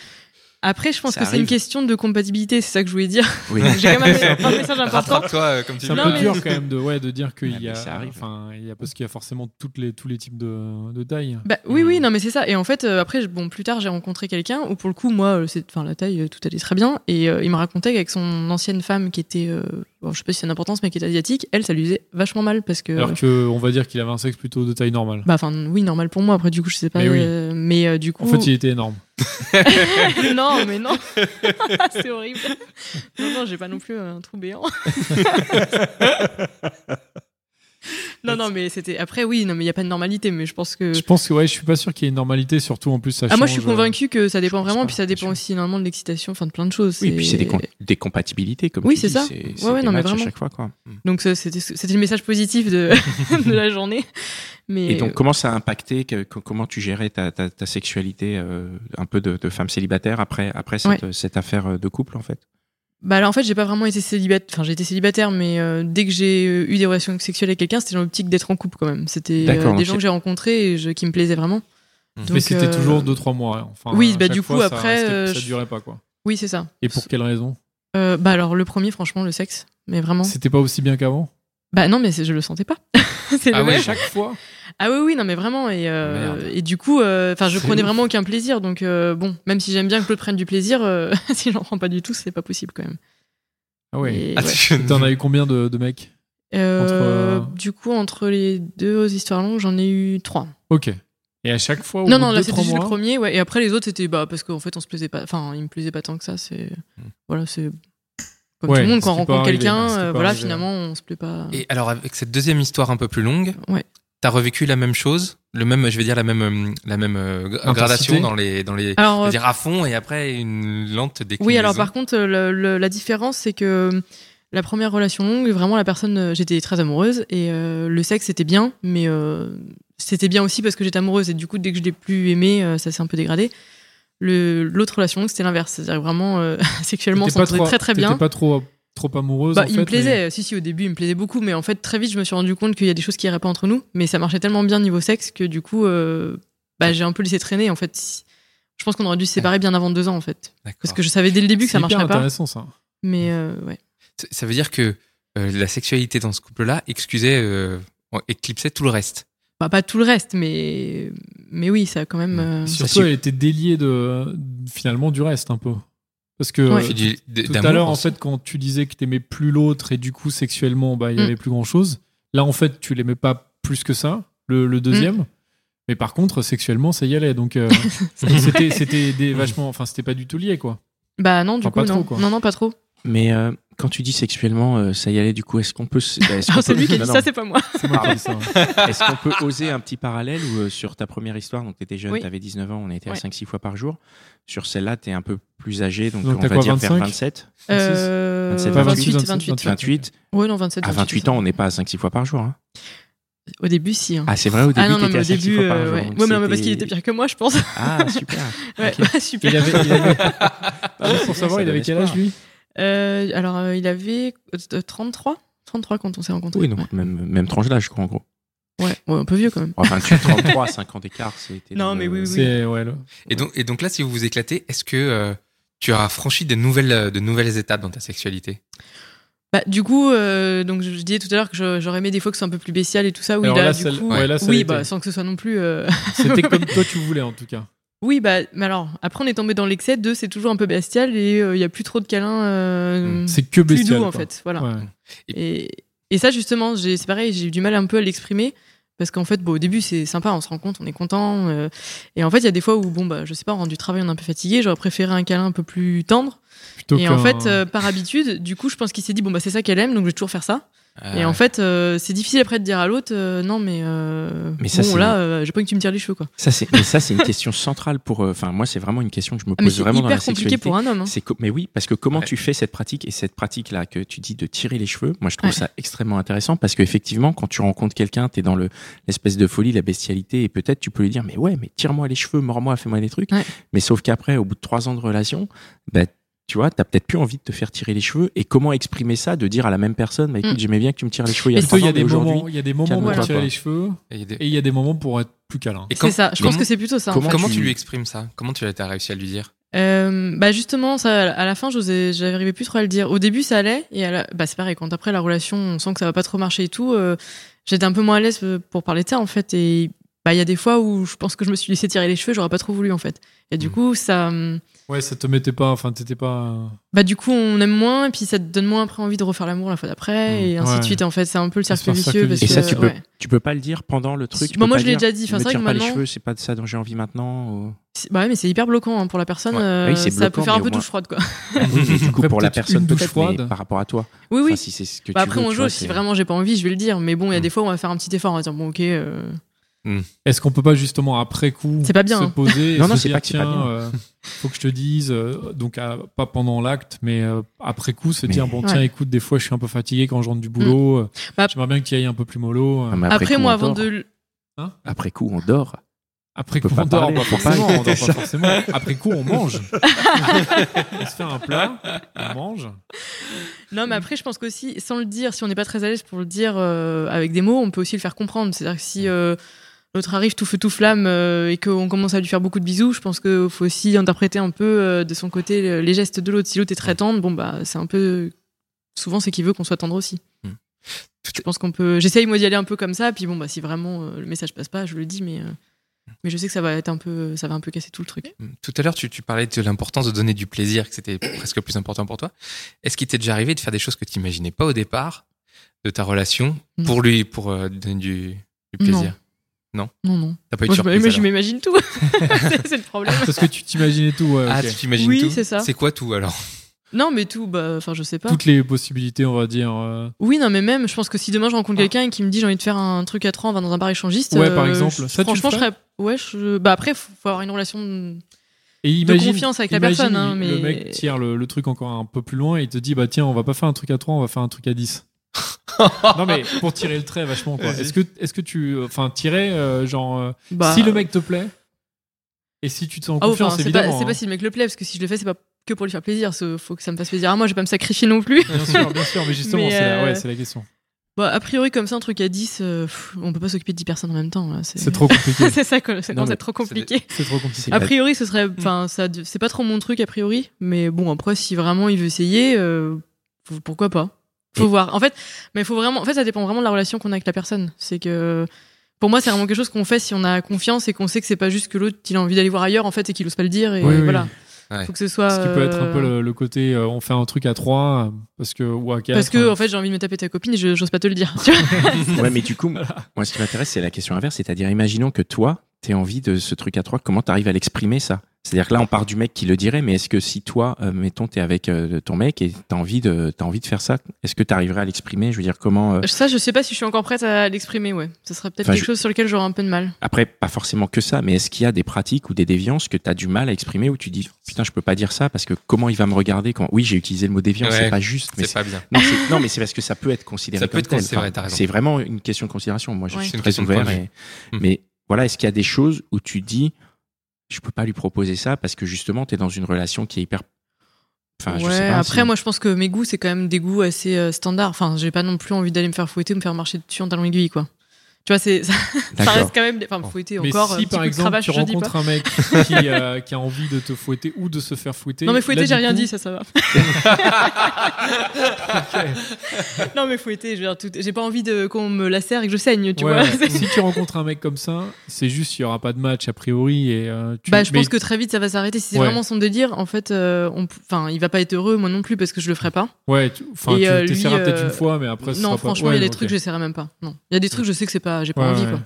après je pense Ça que c'est une arrive. question de compatibilité c'est ça que je voulais dire Oui. j'ai quand même un- un message important Rattrape-toi, euh, comme tu C'est un dis. Non, peu mais- dur quand même de, ouais, de dire qu'il Ah, y mais a, ça arrive. enfin, il y a parce qu'il y a forcément toutes les, tous les types de, de tailles. bah oui oui non mais c'est ça et en fait euh, après je- bon plus tard j'ai rencontré quelqu'un où pour le coup moi euh, c'est enfin la taille euh, tout allait très bien et euh, il me racontait qu'avec son ancienne femme qui était euh, bon, je sais pas si c'est une importance mais qui était asiatique elle ça lui faisait vachement mal parce que Alors que, on va dire qu'il avait un sexe plutôt de taille normale. bah enfin oui normal pour moi après du coup je sais pas Mais oui. euh, mais euh, du coup En fait, il était énorme. [LAUGHS] non, mais non. c'est horrible. Non, non, j'ai pas non plus euh, un [LAUGHS] trou béant. non, non, mais c'était. Après, oui, non, mais il y a pas de normalité, mais je pense que. Je pense que, ouais, je suis pas sûr qu'il y ait une normalité, surtout en plus, ça Euh, Ah, moi, je change, euh, suis convaincue que ça dépend pense vraiment, pas, puis ça bien dépend sûr. aussi énormément de l'excitation, enfin de plein de choses. oui et puis c'est euh, des, com- des compatibilités comme Oui, tu c'est dis, ça. c'est Ouais, c'est ouais, des non, mais matchs à vraiment. chaque fois quoi Donc, ça, c'était c'était le message positif de, [LAUGHS] de la journée. Mais Et donc, comment ça a impacté que- que- Comment tu gérais ta, ta, ta sexualité euh, un peu de, de femme célibataire après, après cette, cette affaire euh, de couple, en fait Bah là, en fait, j'ai pas vraiment été célibataire. Enfin, j'ai été célibataire, mais euh, dès que j'ai euh, eu des relations sexuelles avec quelqu'un, c'était dans l'optique d'être en couple quand même. C'était euh, D'accord, donc des gens c'est- que j'ai rencontrés et je- qui me plaisaient vraiment. Mais Mais Donc, c'était euh, toujours 2-3 mois. hein. Enfin, oui, à bah, chaque du fois, coup, ça après, restait- euh, ça je- durait pas, quoi. Oui, c'est ça. Et pour quelle raison Euh, bah alors, le premier, franchement, le sexe. Mais vraiment. C'était pas aussi bien qu'avant Bah non, mais c'est- je le sentais pas. [LAUGHS] c'est Ah le ouais, même. chaque fois Ah oui, oui, non, mais vraiment. Et, euh, Merde. et du coup, euh, enfin, je C'est prenais ouf. vraiment aucun plaisir. Donc euh, bon, même si j'aime bien que l'autre prenne du plaisir, euh, [LAUGHS] si j'en prends pas du tout, c'est pas possible quand même. Ah ouais. Et Ah, ouais. tu- T'en as eu combien de, de mecs Euh, entre, euh, Du coup, entre les deux histoires longues, j'en ai eu trois. Ok. Et à chaque fois, au Non, bout non, de là deux, c'était trois juste le mois- premier, ouais. Et après les autres c'était bah parce qu'en fait on se plaisait pas, enfin il me plaisait pas tant que ça. C'est voilà, c'est comme Ouais, tout le monde quand on ce qui peut rencontre arriver, quelqu'un, ce qui euh, peut voilà arriver. finalement on se plaît pas. [LAUGHS] Et alors, avec cette deuxième histoire un peu plus longue, Ouais. t'as revécu la même chose Le même, je vais dire, la même, euh, la même euh, gra- Intensité. gradation dans les. Dans les Alors euh, c'est-à-dire à fond et après une lente déclinaison. bah, oui, alors par contre euh, le- le- la différence c'est que La première relation longue, vraiment la personne, euh, j'étais très amoureuse et euh, le sexe c'était bien, mais euh, c'était bien aussi parce que j'étais amoureuse et du coup dès que je l'ai plus aimé, euh, ça s'est un peu dégradé. Le- L'autre relation longue c'était l'inverse, c'est-à-dire vraiment euh, [LAUGHS] sexuellement on T'étais pas s'entendait très très bien. T'étais pas trop, trop amoureuse. Bah, en il fait, me plaisait, si si au début il me plaisait beaucoup, mais en fait très vite je me suis rendu compte qu'il y a des choses qui iraient pas entre nous, mais ça marchait tellement bien niveau sexe que du coup euh, bah, j'ai un peu laissé traîner en fait. Si- Je pense qu'on aurait dû se séparer bien avant deux ans en fait, D'accord. parce que je savais dès le mais- début que ça C'est hyper marcherait pas. intéressant ça. Mais euh, ouais. Ça- Ça veut dire que euh, la sexualité dans ce couple-là excusait, euh, éclipsait tout le reste. Bah, pas tout le reste, mais mais oui ça a quand même. euh, Surtout, suffit. elle était déliée de finalement du reste un peu. Parce que Ouais. euh, Tu dis d- tout à d'amour, l'heure, en aussi. fait, quand tu disais que t'aimais plus l'autre et du coup sexuellement, bah il y Mm. avait plus grand chose. Là, en fait, tu l'aimais pas plus que ça, le, le Mm. deuxième. Mais par contre, sexuellement, ça y allait. Donc [LAUGHS] euh, [LAUGHS] c'était c'était des vachement, enfin c'était pas du tout lié quoi. Bah non, du Enfin, coup, pas non. trop, quoi. non, non, pas trop. Mais euh, quand tu dis sexuellement, euh, ça y allait du coup, est-ce qu'on peut. s- [LAUGHS] est-ce qu'on Ah, c'est peut- lui qui a dit [LAUGHS] Non, ça, c'est pas moi. C'est moi qui ai dit ça. hein. Est-ce qu'on peut oser un petit parallèle ou euh, sur ta première histoire, donc tu étais jeune, Oui. tu avais 19 ans, on était à Ouais. 5-6 fois par jour. Sur celle-là, tu es un peu plus âgé, donc, Donc on t'as va quoi, dire vers 25? 27, [LAUGHS] Euh, 27, 28, 28, 28. 28. Ouais, non, 27. À 28 ans, on n'est pas à 5-6 fois par jour. hein. Au début, si. hein. Ah, c'est vrai, au début, Ah non, non, t'étais mais à au 5-6 début, fois par euh, jour. ouais. donc Ouais, mais non, mais parce c'était- qu'il était pire que moi, je pense. [LAUGHS] Ah, super. Ouais, [LAUGHS] Ok. bah, Il super. avait, il avait- Ah, mais Ça pour savoir, il donne avait quel âge espoir. lui Euh, alors, euh, il avait euh, 33 33 quand on s'est rencontrés. Oui, donc même, même tranche d'âge, quoi, en gros. Ouais. ouais, un peu vieux quand même. Oh, 28, 33, 50 écart, c'était. Non, dans mais le- oui, oui, oui. C'est ouais, le- Et donc, et donc là, si vous vous éclatez, est-ce que euh, tu as franchi de nouvelles, euh, de nouvelles étapes dans ta sexualité Bah, du coup, euh, donc je, je disais tout à l'heure que je- j'aurais aimé des fois que ce soit un peu plus bestial et tout ça. Oui, Alors là, là, du celle- coup, ouais, là, ça oui, l'était. bah, sans que ce soit non plus. euh, [LAUGHS] [LAUGHS] C'était comme toi tu voulais en tout cas. Oui, bah, mais alors, après, on est tombé dans l'excès de c'est toujours un peu bestial et il n'y a plus trop de câlins. euh, Hmm, C'est que plus bestial. doux, en quoi. fait. Voilà. Ouais. Et, et ça, justement, j'ai- c'est pareil, j'ai eu du mal un peu à l'exprimer. Parce qu'en fait, bon, au début, c'est sympa, on se rend compte, on est content. euh, et en fait, il y a des fois où, bon, bah, je sais pas, on rentre du travail, on est un peu fatigué, j'aurais préféré un câlin un peu plus tendre. Plutôt et en qu'un- fait, euh, par habitude, du coup, je pense qu'il s'est dit, bon, bah, c'est ça qu'elle aime, donc je vais toujours faire ça. Ah et en fait, euh, c'est difficile après de dire à l'autre, euh, non, mais, euh, Mais ça, bon, c'est- là, euh, j'ai pas envie que tu me tires les cheveux, quoi. Ça, c'est, mais ça, c'est une question centrale pour. euh, Enfin, moi, c'est vraiment une question que je me Ah, mais pose c'est vraiment dans la hyper compliqué sexualité. pour un homme. hein. C'est co- mais oui, parce que comment Ouais. tu fais cette pratique et cette pratique-là que tu dis de tirer les cheveux, moi je trouve Ouais. ça extrêmement intéressant parce qu'effectivement, quand tu rencontres quelqu'un, t'es dans le, l'espèce de folie, la bestialité et peut-être tu peux lui dire, mais ouais, mais tire-moi les cheveux, mords-moi, fais-moi des trucs. Ouais. Mais sauf qu'après, au bout de trois ans de relation, bah, tu vois, t'as peut-être plus envie de te faire tirer les cheveux et comment exprimer ça, de dire à la même personne, bah écoute, Mm. j'aimais bien que tu me tires les cheveux il y a Mais Plutôt, trois il y ans, a mais des aujourd'hui, moments, il y a des moments calme-toi, pour tirer quoi. les cheveux Et des- et il y a des moments pour être plus câlin. et C'est com- ça, je pense comment- que c'est plutôt ça. en comment Comment, tu... tu- lui exprimes ça Comment tu as t'as réussi à lui dire Euh, bah justement, ça, à la fin, j'osais, j'arrivais plus trop à le dire. Au début, ça allait, et à la- bah c'est pareil. Quand après la relation, on sent que ça va pas trop marcher et tout, euh, j'étais un peu moins à l'aise euh, pour parler de ça en fait. Et bah il y a des fois où je pense que je me suis laissé tirer les cheveux, j'aurais pas trop voulu en fait. Et du Mm. coup, ça, hum, Ouais, ça te mettait pas, enfin t'étais pas. bah du coup, on aime moins, et puis ça te donne moins après envie de refaire l'amour la fois d'après, Mm. et ainsi Ouais. de suite. Et en fait, c'est un peu le Ça se cercle fait un cercle vicieux. Parce Et que, ça, tu peux, ouais. tu peux pas le dire pendant le truc. Si- tu bon, peux moi, pas je l'ai dire, déjà dit. Enfin, ne c'est vrai tire que pas les maintenant- cheveux, c'est pas de ça dont j'ai envie maintenant. ou- C'est- Bah ouais, mais c'est hyper bloquant hein, pour la personne. Ouais. euh, Oui, c'est ça peut bloquant, faire un mais peu au moins- douche froide quoi. Oui, mais [LAUGHS] du coup, Après, pour la peut-être personne, une douche peut-être, mais froide. par rapport à toi. Oui Enfin, oui. si c'est ce que Bah, tu après, veux, on tu joue. vois, Si c'est- vraiment j'ai pas envie, je vais le dire. Mais bon, il y a Mm. des fois où on va faire un petit effort, on va dire bon ok. euh, Est-ce qu'on peut pas justement après coup C'est pas bien, se hein. poser et Non, se non, c'est dire, pas que c'est pas tiens, bien. euh, faut que je te dise euh, donc à- pas pendant l'acte mais euh, après coup se Mais- dire bon tiens Ouais. écoute des fois je suis un peu fatigué quand je rentre du boulot, euh, Bah- j'aimerais bien qu'il y aille un peu plus mollo. euh. Ah, mais Après, coup, moi, on avant dort. de. hein. l- Après coup, on dort. Après peut coup pas on dort, parler, pas faut pas forcément, on dort écouter pas ça. forcément. Après coup [LAUGHS] on mange, on se fait un plat, on mange. Non, mais après, je pense qu'aussi, sans le dire, si on n'est pas très à l'aise pour le dire euh, avec des mots, on peut aussi le faire comprendre. C'est-à-dire que si euh, l'autre arrive tout feu tout flamme euh, et qu'on commence à lui faire beaucoup de bisous, je pense qu'il faut aussi interpréter un peu euh, de son côté euh, les gestes de l'autre. Si l'autre est très tendre, bon, bah, c'est un peu. Souvent, c'est qu'il veut qu'on soit tendre aussi. Mm. Je pense qu'on peut. J'essaye, moi, d'y aller un peu comme ça. Puis bon, bah, si vraiment euh, le message passe pas, je le dis, mais. euh, Mais je sais que ça va être un peu, ça va un peu casser tout le truc. Hum, Tout à l'heure, tu, tu parlais de l'importance de donner du plaisir, que c'était presque plus important pour toi. Est-ce qu'il t'est déjà arrivé de faire des choses que tu n'imaginais pas au départ de ta relation Non. pour lui, pour euh, donner du, du plaisir Non, non. T'as pas eu de Moi, je, surprise moi, je alors m'imagine tout. [LAUGHS] c'est c'est le problème. Parce que tu t'imaginais tout. ouais, Ah, ok. tu t'imagines Oui, tout c'est ça. C'est quoi tout alors Non, mais tout, bah, enfin, je sais pas. Toutes les possibilités on va dire. euh, Oui, non, mais même, je pense que si demain je rencontre Ah. quelqu'un et qui me dit j'ai envie de faire un truc à trois, on va dans un bar échangiste. Ouais, par exemple. je- Ça, tu le franchement, je ferais serais. Ouais, je- bah après, faut, faut avoir une relation. Et de imagine, confiance avec la imagine, personne. hein, il- mais... Le mec tire le, le truc encore un peu plus loin et il te dit bah tiens, on va pas faire un truc à 3, on va faire un truc à [LAUGHS] 10. non mais pour tirer le trait vachement quoi. Vas-y. Est-ce que est-ce que tu enfin tirer euh, genre euh, Bah, si le mec te plaît et si tu te sens en Ah, confiance enfin, c'est pas, évidemment. c'est pas hein. si le mec le plaît, parce que si je le fais, c'est pas que pour lui faire plaisir. c'est- Faut que ça me fasse plaisir à moi, je vais pas me sacrifier non plus. [LAUGHS] Bien sûr, bien sûr, mais justement Mais, c'est la, euh, ouais, c'est la question. Bah, a priori, comme ça, un truc à 10, euh, pff, on peut pas s'occuper de 10 personnes en même temps. là, [LAUGHS] C'est trop compliqué. c'est ça, que- ça Non, commence à mais être trop compliqué. c'est trop compliqué. A priori, ce Mm. serait, enfin, ça, c'est pas trop mon truc a priori, mais bon, après, si vraiment il veut essayer, euh, faut- pourquoi pas Faut Et- voir. En fait, mais faut vraiment. En fait, ça dépend vraiment de la relation qu'on a avec la personne. C'est que, pour moi, c'est vraiment quelque chose qu'on fait si on a confiance et qu'on sait que c'est pas juste que l'autre il a envie d'aller voir ailleurs en fait et qu'il ose pas le dire et Oui, oui. voilà. Ouais. Faut que ce soit. Ce qui peut être un peu euh, le, le côté euh, on fait un truc à 3 parce que ou à hein. 4. Parce que en fait j'ai envie de me taper ta copine et je- j'ose pas te le dire. [LAUGHS] tu vois. Ouais, mais du coup, Bah, moi, ce qui m'intéresse, c'est la question inverse. C'est-à-dire, imaginons que toi, t'aies envie de ce truc à trois. Comment t'arrives à l'exprimer, ça C'est-à-dire que là, on part du mec qui le dirait, mais est-ce que si toi, euh, mettons, t'es avec euh, ton mec et t'as envie de, t'as envie de faire ça, est-ce que t'arriverais à l'exprimer Je veux dire, comment euh, ça je sais pas si je suis encore prête à l'exprimer ouais. Ce serait peut-être Enfin, quelque je- chose sur lequel j'aurais un peu de mal. Après, pas forcément que ça, mais est-ce qu'il y a des pratiques ou des déviances que t'as du mal à exprimer où tu dis putain, je peux pas dire ça parce que comment il va me regarder quand Oui, j'ai utilisé le mot déviance, Ouais. c'est pas juste, mais C'est pas bien. Non, c'est- non, mais c'est parce que ça peut être considéré Ça peut comme être tel. considéré, t'as raison. c'est vraiment une question de considération. Moi, je Ouais. suis C'est une très question de point ouvert. de et- Mm. Mais voilà, est-ce qu'il y a des choses où tu dis, je peux pas lui proposer ça parce que justement, tu es dans une relation qui est hyper. Enfin, je Ouais, sais pas. après, si- moi, je pense que mes goûts, c'est quand même des goûts assez euh, standards. Enfin, j'ai pas non plus envie d'aller me faire fouetter ou me faire marcher dessus en talon aiguille, quoi. Tu vois, c'est, [LAUGHS] ça, ça D'accord. reste quand même. des- Enfin, fouetter mais encore. un si petit par coup de exemple cravache, tu je dis rencontres pas. un mec qui, euh, qui a envie de te fouetter ou de se faire fouetter. Non, mais fouetter, là, j'ai du rien coup, dit, [LAUGHS] ça, ça va. [LAUGHS] non, mais fouetter, je veux dire, tout- j'ai pas envie de, qu'on me lacère et que je saigne, tu ouais, vois. ouais. [LAUGHS] C'est- si tu rencontres un mec comme ça, c'est juste qu'il y aura pas de match a priori et euh, tu. Bah, je mais- pense que très vite ça va s'arrêter. Si c'est Ouais. vraiment son délire, en fait, euh, on, p- enfin, il va pas être heureux, moi non plus, parce que je le ferai pas. Ouais, tu, enfin, Et, tu euh, lui, t'essaieras peut-être euh, une fois, mais après. ce non, sera franchement, pas... il y a des Ouais, trucs, ok. j'essaierai même pas. Non, il y a des trucs, je sais que c'est pas, j'ai pas Ouais, envie, ouais. quoi.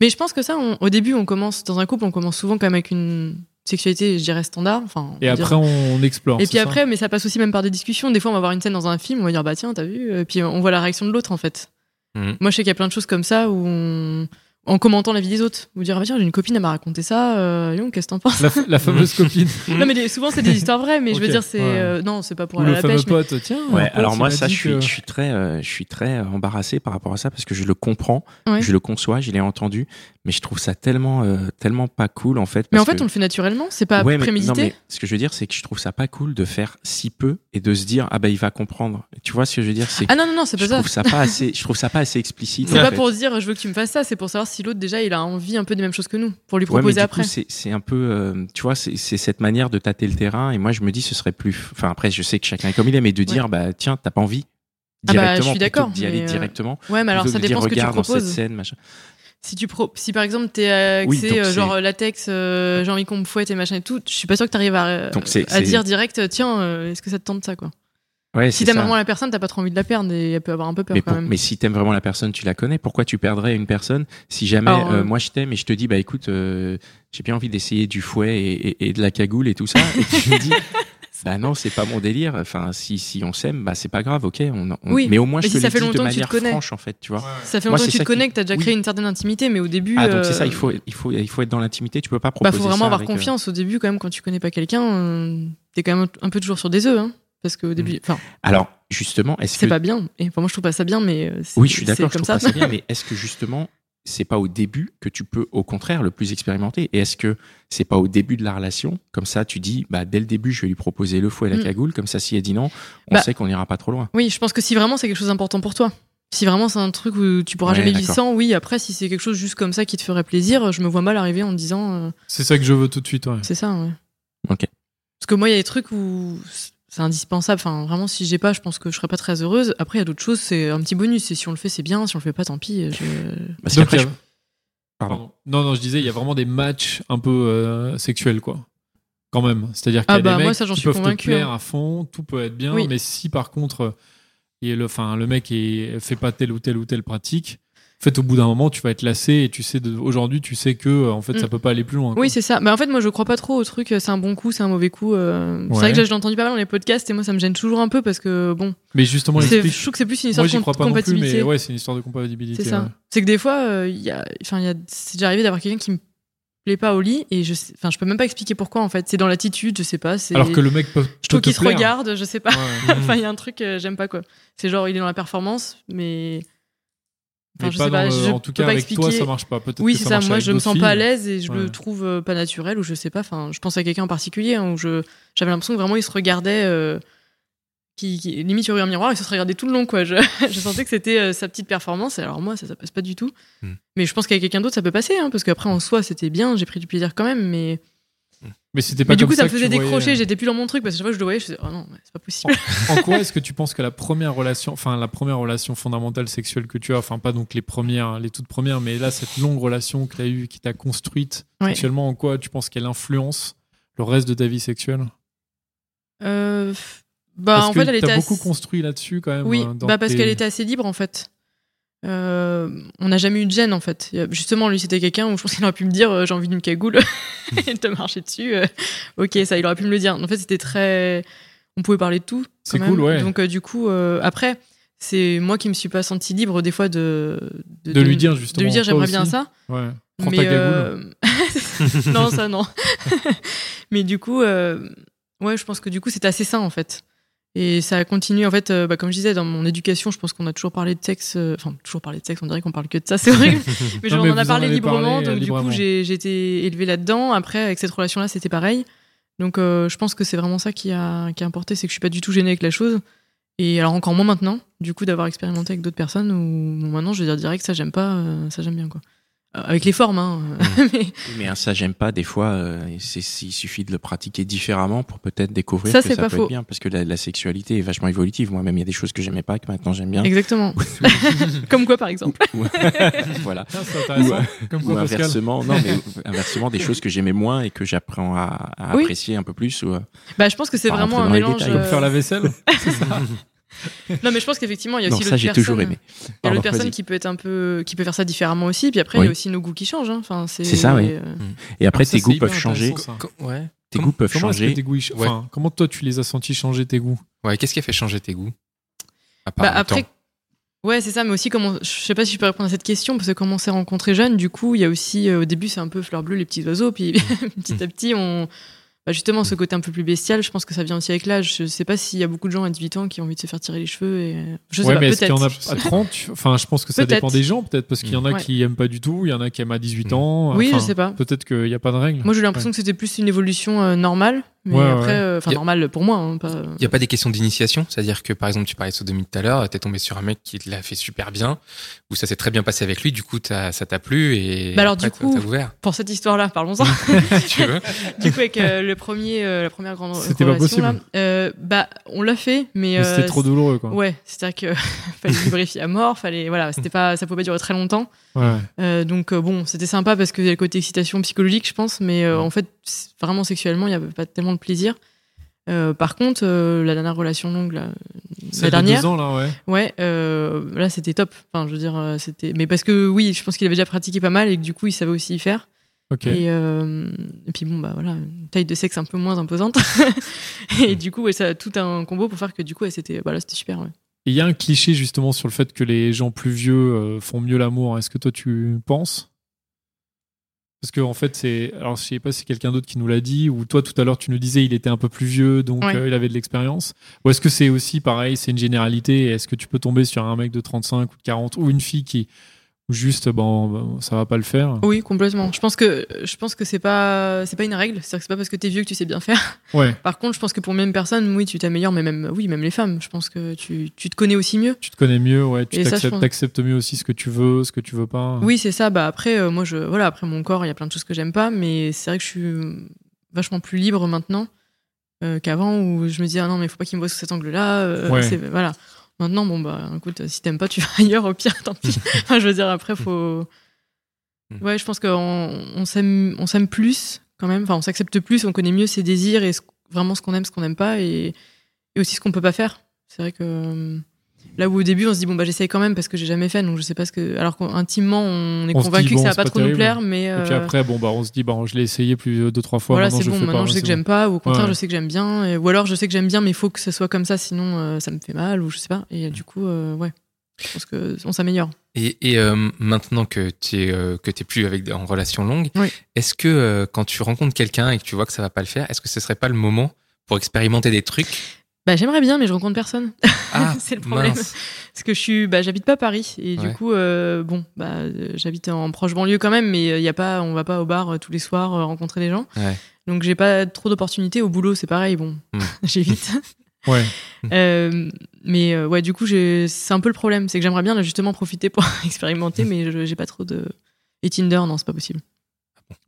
Mais je pense que ça, on- au début, on commence dans un couple, on commence souvent quand même avec une sexualité, je dirais standard. Enfin, on Et va dire- après, on explore. et c'est puis ça après, mais ça passe aussi même par des discussions. Des fois, on va voir une scène dans un film, on va dire bah tiens, t'as vu Et puis on voit la réaction de l'autre en fait. Mhm. Moi, je sais qu'il y a plein de choses comme ça où on- en commentant la vie des autres, vous dire ah, tiens, j'ai une copine, elle m'a raconté ça. Euh, Lyon, qu'est-ce que t'en penses La, fa- [LAUGHS] la fameuse copine Non, mais des- souvent c'est des histoires vraies, mais je veux Ok, dire c'est ouais. euh, non, c'est pas pour ou aller le à la fameux pêche. mais- pote. Tiens. Ouais, un pote, alors il moi, m'a ça, dit je suis, que- je suis très, euh, je suis très euh, embarrassé par rapport à ça parce que je le comprends, Ouais. je le conçois, je l'ai entendu, mais je trouve ça tellement, euh, tellement pas cool en fait. Mais en parce fait, que- on le fait naturellement, c'est pas Ouais, mais- prémédité. non, mais ce que je veux dire, c'est que je trouve ça pas cool de faire si peu et de se dire ah bah il va comprendre. Tu vois ce que je veux dire C'est Ah non, non, non, c'est je pas ça. trouve ça pas assez, je trouve ça pas assez explicite. C'est en pas fait. pour se dire je veux que tu me fasses ça, c'est pour savoir si l'autre déjà il a envie un peu des mêmes choses que nous, pour lui Ouais, mais proposer du après. coup, c'est, c'est un peu, euh, tu vois, c'est, c'est cette manière de tâter le terrain. Et moi, je me dis, ce serait plus. Enfin, après, je sais que chacun est comme il est, mais de dire, bah tiens, t'as pas envie Ah bah, directement, je suis plutôt d'accord, que d'y aller mais, euh, directement. ouais, mais alors plutôt ça que de dépend ce dire, que tu regarde dans cette proposes. scène, machin. Si tu pro- si par exemple t'es axé Oui, donc euh, c'est- genre euh, latex, euh, j'ai envie qu'on me fouette et machin et tout, je suis pas sûr que t'arrives à, euh, Donc, c'est- à c'est- dire direct tiens euh, est-ce que ça te tente ça quoi. Ouais, Si c'est t'aimes ça. vraiment la personne, t'as pas trop envie de la perdre et elle peut avoir un peu peur Mais, quand pour- même. mais si t'aimes vraiment la personne, tu la connais. Pourquoi tu perdrais une personne si jamais Alors, euh, euh, moi je t'aime et je te dis bah écoute, euh, j'ai bien envie d'essayer du fouet et, et- et de la cagoule et tout ça et tu [LAUGHS] me dis bah non c'est pas mon délire. Enfin si si on s'aime bah c'est pas grave ok. On, on- Oui, Mais au moins mais je si te ça le fait dis de longtemps que tu te manière connais. franche en fait tu vois. Ça fait Moi, longtemps c'est que tu ça te qui- connais, que t'as déjà oui. créé une certaine intimité, mais au début. Ah donc c'est ça euh, il faut il faut il faut être dans l'intimité. Tu peux pas Bah, proposer. faut vraiment ça avoir avec, euh, confiance au début quand même quand tu connais pas quelqu'un, euh, t'es quand même un peu toujours sur des œufs, hein, parce qu'au Mm. début, enfin, Alors justement est-ce c'est que pas bien. Et enfin, moi, je trouve pas ça bien, mais euh, c'est- oui je suis c'est d'accord je comme trouve ça. pas ça bien mais est-ce que justement c'est pas au début que tu peux au contraire le plus expérimenter et est-ce que c'est pas au début de la relation comme ça tu dis bah dès le début je vais lui proposer le fouet et la Mm. cagoule comme ça si elle dit non on Bah. sait qu'on n'ira pas trop loin Oui, je pense que si vraiment c'est quelque chose d'important pour toi, si vraiment c'est un truc où tu pourras Ouais, jamais vivre d'accord. sans, oui, après, si c'est quelque chose juste comme ça qui te ferait plaisir, je me vois mal arriver en te disant, euh, C'est ça que je veux tout de suite. ouais. c'est ça, ouais. Ok. Parce que moi, il y a des trucs où c'est indispensable. Enfin, vraiment, si j'ai pas, je pense que je serais pas très heureuse. Après, il y a d'autres choses, c'est un petit bonus. Et si on le fait, c'est bien. Si on le fait pas, tant pis. euh, Je... parce Donc, qu'après il y a- je- Pardon. Pardon. Non, non, je disais, il y a vraiment des matchs un peu euh, sexuels, quoi. Quand même. C'est-à-dire qu'il Ah y a bah, des mecs moi, ça, j'en qui suis peuvent te convaincue, plaire hein. à fond, tout peut être bien, Oui. mais si par contre, euh, il y a le, enfin, le mec est, fait pas telle ou telle ou telle pratique, en fait, au bout d'un moment, tu vas être lassé et tu sais, de- aujourd'hui, tu sais que, euh, en fait, ça Mm. peut pas aller plus loin. quoi. Oui, c'est ça. Mais en fait, moi, je crois pas trop au truc. euh, C'est un bon coup, c'est un mauvais coup. euh, C'est Ouais. vrai que j'ai entendu pas mal dans les podcasts et moi, ça me gêne toujours un peu parce que bon, mais justement, c'est- explique- je trouve que c'est plus une Moi, histoire de j'y com- crois pas non plus, compatibilité. mais ouais, c'est une histoire de compatibilité. c'est ça. ouais. C'est que des fois, euh, il y a, enfin, il y a, c'est déjà arrivé d'avoir quelqu'un qui me plaît pas au lit et je sais- enfin je peux même pas expliquer pourquoi en fait c'est dans l'attitude je sais pas c'est Alors que le mec peut. je trouve peut qu'il te se plaire. regarde je sais pas [LAUGHS] Ouais. enfin il y a un truc euh, j'aime pas quoi c'est genre il est dans la performance mais Mais enfin je pas sais pas dans le- je en tout peux cas, pas avec toi, expliquer. ça marche pas. Peut-être oui que c'est ça, ça, marche moi avec je me d'autres sens pas à filles. l'aise et je Ouais. le trouve euh, pas naturel ou je sais pas enfin je pense à quelqu'un en particulier hein, où je j'avais l'impression que vraiment il se regardait euh, qui, qui- limite il y aurait eu un miroir il se serait regardé tout le long quoi [LAUGHS] je, je sentais que c'était euh, sa petite performance et alors moi ça ça passe pas du tout Hmm. mais je pense qu'avec quelqu'un d'autre ça peut passer hein, parce qu'après en soi c'était bien j'ai pris du plaisir quand même mais Mais c'était pas mais du comme coup, ça me que tu faisait voyais- euh. décrocher, j'étais plus dans mon truc parce que chaque fois que je le voyais, je faisais oh non, ouais, c'est pas possible. En quoi est-ce que tu penses que la première relation, enfin la première relation fondamentale sexuelle que tu as, enfin pas donc les premières, les toutes premières, mais là cette longue relation que tu as eue, qui t'a construite Ouais. sexuellement, en quoi tu penses qu'elle influence le reste de ta vie sexuelle Euh, bah, Parce en que fait, elle était t'as assez- beaucoup construit là-dessus quand même. Oui, euh, dans bah, parce tes- qu'elle était assez libre en fait. Euh, on n'a jamais eu de gêne en fait. Il y a- Justement, lui, c'était quelqu'un où je pense qu'il aurait pu me dire euh, j'ai envie [LAUGHS] d'une cagoule et de te marcher dessus. euh, ok, ça, il aurait pu me le dire. En fait, c'était très. On pouvait parler de tout. quand C'est même. cool, ouais. Donc, euh, du coup, euh, après, c'est moi qui me suis pas senti libre des fois de. De lui dire, justement, De lui dire toi j'aimerais bien aussi. ça. Ouais. Prends ta gagoule. euh, [LAUGHS] non, ça non. mais du coup, euh, ouais, je pense que du coup, c'était assez sain en fait. Et ça a continué en fait, euh, bah, comme je disais, dans mon éducation, je pense qu'on a toujours parlé de sexe. euh, Enfin, toujours parlé de sexe. On dirait qu'on parle que de ça, c'est [LAUGHS] horrible. mais Non, genre, mais on en vous en a parlé avez librement, parlé, euh, donc du librement. coup, j'ai j'ai été élevée là-dedans. Après, avec cette relation-là, c'était pareil. Donc, euh, je pense que c'est vraiment ça qui a qui a importé, c'est que je suis pas du tout gênée avec la chose. Et alors encore moins maintenant, du coup, d'avoir expérimenté avec d'autres personnes où bon, maintenant, je vais dire direct, ça j'aime pas, euh, ça j'aime bien quoi. Euh, avec les formes, hein. mais Oui, Mais un ça j'aime pas des fois euh, c'est il suffit de le pratiquer différemment pour peut-être découvrir Ça, que c'est ça pas peut faux. être bien parce que la, la sexualité est vachement évolutive moi-même il y a des choses que j'aimais pas que maintenant j'aime bien. [LAUGHS] [LAUGHS] Exactement. Comme quoi, par exemple [LAUGHS] [LAUGHS] voilà. Ah, c'est intéressant. Comme Ou quoi, Pascal. inversement, non mais inversement des choses que j'aimais moins et que j'apprends à, à Oui. apprécier un peu plus ou euh, à- Bah, je pense que c'est Pas vraiment rentrer un dans les mélange. détails. Comme euh, faire la vaisselle. Non, mais je pense qu'effectivement, il y a non aussi ça l'autre j'ai personne. toujours aimé. Il y a Pardon, l'autre vas-y. personne qui peut être un peu, qui peut faire ça différemment aussi. Puis après, il y Oui. a aussi nos goûts qui changent. hein. Enfin, c'est. C'est ça, oui. euh, Et après Ça, tes c'est goûts hyper peuvent changer, intéressant, ça. Co- ouais. tes goûts peuvent Comment est-ce que changer. tes goûts, ils- enfin, comment toi tu les as sentis changer tes goûts Ouais, qu'est-ce qui a fait changer tes goûts À part Bah, le après. temps. Ouais, c'est ça, mais aussi comment. Je sais pas si je peux répondre à cette question parce que comme on s'est rencontrés jeunes, du coup, il y a aussi euh, au début, c'est un peu fleur bleue, les petits oiseaux, puis Mm. [LAUGHS] petit à petit, on. Bah, justement, ce côté un peu plus bestial, je pense que ça vient aussi avec l'âge. Je sais pas s'il y a beaucoup de gens à 18 ans qui ont envie de se faire tirer les cheveux. Et... Je sais ouais, pas, mais est-ce qu'il y en a peut-être. à 30 tu- Enfin, je pense que ça Peut-être. dépend des gens, peut-être, parce qu'il y en a Ouais. qui aiment pas du tout, il y en a qui aiment à 18 Mm. ans. Oui, enfin, je sais pas. Peut-être qu'il n'y a pas de règle. Moi, j'ai eu l'impression que c'était plus une évolution euh, normale, mais Ouais, ouais, ouais. après, euh, enfin Y a- normale pour moi. hein, pas... Il n'y a pas des questions d'initiation, c'est-à-dire que par exemple, tu parlais de sodomie tout à l'heure, t'es tombé sur un mec qui te l'a fait super bien, où ça s'est très bien passé avec lui, du coup, t'as- ça t'a plu et Bah alors, après, du t'as- coup- t'as ouvert, [LAUGHS] Pour cette histoire-là, parlons-en. si tu veux. [LAUGHS] du coup, avec euh, le premier, euh, la première grande C'était pas relation, là, possible. euh, bah, on l'a fait, mais, Mais c'était euh, trop douloureux, quoi. Ouais, c'est-à-dire que [LAUGHS] [LAUGHS] fallait lubrifier à mort, fallait voilà, c'était pas, ça pouvait pas durer très longtemps. Ouais. Euh, donc euh, bon, c'était sympa parce que y a le côté excitation psychologique, je pense, mais euh, Ouais. en fait, c'est- vraiment sexuellement, il y avait pas tellement de plaisir. Euh, par contre, euh, la dernière relation longue, là, Celle la de dernière, deux ans, là, ouais. Ouais, euh, là c'était top. Enfin, je veux dire, euh, c'était. Mais parce que oui, je pense qu'il avait déjà pratiqué pas mal et que du coup il savait aussi y faire. Ok. Et, euh, et puis bon, bah voilà, une taille de sexe un peu moins imposante. [LAUGHS] et du coup, ouais, ça a tout un combo pour faire que du coup, ouais, c'était voilà, c'était super. ouais. Et Il y a un cliché, justement, sur le fait que les gens plus vieux euh, font mieux l'amour. Est-ce que toi, tu penses Parce que, en fait, c'est. Alors, je sais pas si c'est quelqu'un d'autre qui nous l'a dit, ou toi, tout à l'heure, tu nous disais il était un peu plus vieux, donc Ouais. euh, il avait de l'expérience. Ou est-ce que c'est aussi pareil, c'est une généralité et Est-ce que tu peux tomber sur un mec de 35 ou de 40 ou une fille qui. ou Juste, bon, ben, ça va pas le faire. Oui, complètement. Je pense que je pense que c'est pas c'est pas une règle. C'est-à-dire que c'est pas parce que t'es vieux que tu sais bien faire. Ouais, Par contre, je pense que pour même personne, oui, tu t'améliores, mais même oui, même les femmes, je pense que tu tu te connais aussi mieux. tu te connais mieux, ouais, tu Et ça, je t'acceptes pense- t'acceptes mieux aussi ce que tu veux, ce que tu veux pas. Oui, c'est ça. Bah après, euh, moi, je voilà, après mon corps, il y a plein de choses que j'aime pas, mais c'est vrai que je suis euh, vachement plus libre maintenant euh, qu'avant où je me disais ah non mais faut pas qu'il me voit sous cet angle-là. euh, Ouais. c'est- Voilà. Maintenant, bon bah écoute, si t'aimes pas, tu vas [LAUGHS] ailleurs. Au pire, tant pis. Enfin, je veux dire, après, faut. Mm. Ouais, je pense qu'on on s'aime, on s'aime plus quand même. Enfin, on s'accepte plus, on connaît mieux ses désirs et ce- vraiment ce qu'on aime, ce qu'on n'aime pas et, et aussi ce qu'on peut pas faire. C'est vrai que euh, là où au début on se dit bon bah j'essaye quand même parce que j'ai jamais fait donc je sais pas ce que alors qu'intimement on est On se convaincu dit, que bon, ça va c'est pas pas trop terrible. nous plaire mais Et puis euh, après, bon, bah, on se dit, bah, je l'ai essayé plus deux, trois fois. voilà maintenant, c'est je bon le fais maintenant pas, je ouais, sais que c'est j'aime pas ou au contraire Ouais. je sais que j'aime bien et- ou alors je sais que j'aime bien mais il faut que ça soit comme ça sinon euh, ça me fait mal ou je sais pas et euh, du coup euh, ouais Je pense que on s'améliore. Et, et, euh, maintenant que tu es euh, que t'es plus avec en relation longue, Oui. est-ce que euh, quand tu rencontres quelqu'un et que tu vois que ça va pas le faire, est-ce que ce serait pas le moment pour expérimenter des trucs [LAUGHS] Bah, j'aimerais bien, mais je rencontre personne. [LAUGHS] Ah, C'est le problème. mince. Parce que je suis, bah, j'habite pas Paris et Ouais. du coup, euh, bon, bah, euh, j'habite en proche banlieue quand même, mais il y a pas, on va pas au bar euh, tous les soirs euh, rencontrer les gens. Ouais. Donc j'ai pas trop d'opportunités. Au boulot, c'est pareil, bon, Hmm. [LAUGHS] [LAUGHS] j'évite. Ouais. Euh, mais euh, ouais, du coup, j'ai- c'est un peu le problème, c'est que j'aimerais bien là, justement profiter pour [LAUGHS] expérimenter, mais je- j'ai pas trop de. Et Tinder, non, c'est pas possible.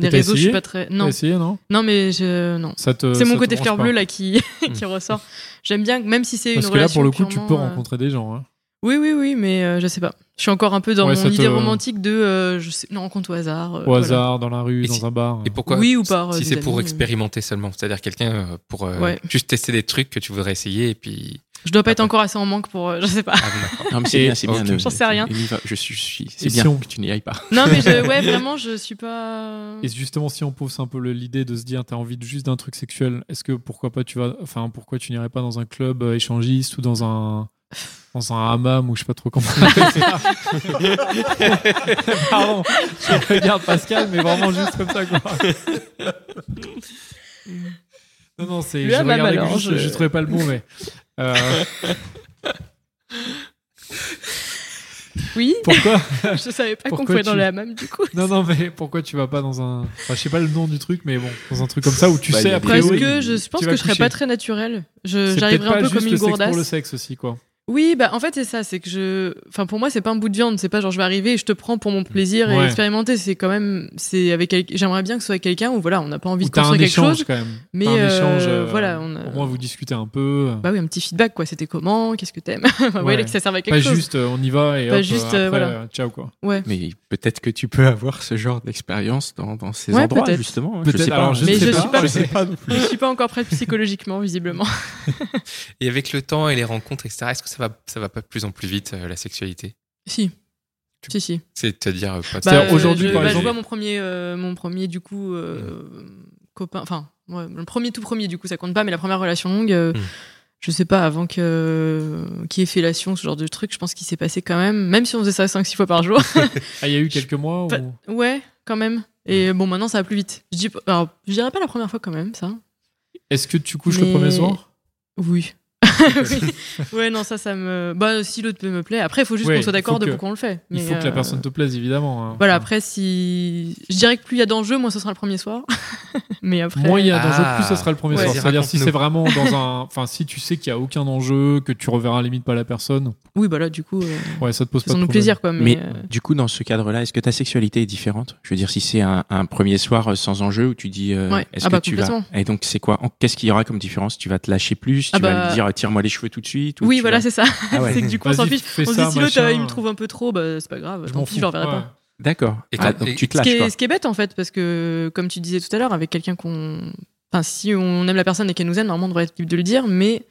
Des Ah t'as réseaux, je essayé suis pas très. Non, T'as essayé, non non, mais je non. Ça te- C'est ça mon te côté branche fleur pas. bleue là qui, [LAUGHS] qui Hmm. ressort. J'aime bien, même si c'est une Parce que là, relation. pour le coup, tu purement, peux euh, rencontrer des gens. hein. Oui, oui, oui, mais euh, je sais pas. Je suis encore un peu dans Ouais, mon ça te- idée romantique de euh, je sais, une rencontre au hasard. euh, Au voilà. hasard, dans la rue, Et dans si- un bar. hein. Et pourquoi Oui, ou par, euh, Si des c'est pour amis, expérimenter seulement, c'est-à-dire quelqu'un euh, pour euh, Ouais. juste tester des trucs que tu voudrais essayer et puis. Je dois pas être encore assez en manque pour. euh, je sais pas. [LAUGHS] Ah, bon, d'accord. Non, mais c'est Et- bien, c'est bien. Ok. ne- J'en sais rien. ne n'y va- Je suis, je suis- Et c'est si bien on- que tu n'y ailles pas. Non, mais je, ouais, vraiment, je suis pas. Et justement, si on pousse un peu le- l'idée de se dire, t'as envie de juste d'un truc sexuel, est-ce que pourquoi pas tu vas, enfin, pourquoi tu n'irais pas dans un club euh, échangiste ou dans un dans un hammam ou je sais pas trop comment on appelle [LAUGHS] ça. Pardon, je regarde Pascal, mais vraiment juste comme ça quoi. Non non, c'est Le je hammam, regardais que alors, juste- je... je- trouvais pas le mot mais euh, Oui, [LAUGHS] pourquoi je savais pas qu'on Pourquoi pouvait dans tu- le hammam du coup. Non non mais pourquoi tu vas pas dans un enfin, je sais pas le nom du truc mais bon dans un truc comme ça où tu Bah, il sais y a des- après Parce oui, que je pense tu que vas je serais coucher. pas très naturelle. Je- c'est peut-être J'arriverais pas un peu juste comme le une sexe pour le gourdasse. sexe aussi quoi. Oui, bah en fait c'est ça, c'est que je, enfin pour moi c'est pas un bout de viande, c'est pas genre je vais arriver et je te prends pour mon plaisir Ouais. et expérimenter, c'est quand même, c'est avec, quel- j'aimerais bien que ce soit avec quelqu'un où voilà on n'a pas envie Ou de t'as un construire quelque échange chose, quand même. mais T'as un euh, échange, euh, voilà, on a- Au moins vous discutez un peu. bah oui un petit feedback quoi, c'était comment, qu'est-ce que t'aimes, [LAUGHS] Enfin, vous voyez Ouais. que ça servait à quelque pas chose. juste euh, on y va et Pas hop, juste, après, euh, voilà. euh, ciao quoi. Mais peut-être que tu peux avoir ce genre d'expérience dans, dans ces Ouais, endroits, peut-être. justement. hein. Je Peut-être- sais pas. alors, hein. je Mais sais je pas, suis pas- je sais pas. Je suis pas encore prête [LAUGHS] psychologiquement visiblement. Et avec le temps et les rencontres, etc. Est-ce que ça va ça va pas de plus en plus vite euh, la sexualité si, si si. C'est-à-dire euh, pas de- C'est-à-dire, aujourd'hui, je, par bah, je exemple- vois mon premier, euh, mon premier du coup euh, copain, enfin ouais, le premier tout premier du coup ça compte pas, mais la première relation longue, euh, Hmm. Mm. je sais pas avant que euh, qu'il y ait fellation, ce genre de truc, je pense qu'il s'est passé quand même, même si on faisait ça 5-6 fois par [LAUGHS] jour, Ah, il y a eu quelques mois Pas- où ouais quand même. Et bon maintenant ça va plus vite. Je dis, alors, je dirais pas la première fois quand même ça. Est-ce que tu couches le Mais- premier soir [LAUGHS] Oui. Oui. Ouais non ça ça me, bah si l'autre peut me plaît. Après il faut juste Ouais, qu'on il faut soit d'accord de que- pourquoi on le fait. Il Mais, faut que la euh, personne te plaise évidemment. hein. Voilà, Enfin, après, si. Je dirais que plus il y a d'enjeux, moins ce sera le premier soir. [LAUGHS] Mais après. euh, Moins il y a d'enjeux, Ah. plus ça sera le premier Ouais. soir. Vas-y, C'est-à-dire si raconte-nous. c'est vraiment dans un, enfin si tu sais qu'il y a aucun enjeu, que tu reverras limite pas la personne, Oui, bah là, du coup, euh, ouais ça te pose pas de faisons-nous problème. plaisir, quoi. Mais. Mais euh, du coup, dans ce cadre-là, est-ce que ta sexualité est différente Je veux dire, si c'est un, un premier soir euh, sans enjeu où tu dis, euh, Ouais. est-ce Ah que bah, tu vas complètement. Et donc, c'est quoi En- Qu'est-ce qu'il y aura comme différence Tu vas te lâcher plus Tu Ah vas bah- lui dire, tire-moi les cheveux tout de suite ou Oui, tu voilà, vas- c'est ça. Ah ouais. [LAUGHS] c'est que du coup, on s'en Vas-y, fiche. fais On se ça, dit, si l'autre, machin. euh, il me trouve un peu trop, bah c'est pas grave. Je tant m'en pis, fous. je le reverrai ouais. pas. D'accord. Et Ah, quand- donc et- tu te Ce qui, lâches, est, quoi. ce qui est bête, en fait, parce que, comme tu disais tout à l'heure, avec quelqu'un qu'on. Enfin, si on aime la personne et qu'elle nous aime, normalement, on devrait être libre de le dire, mais.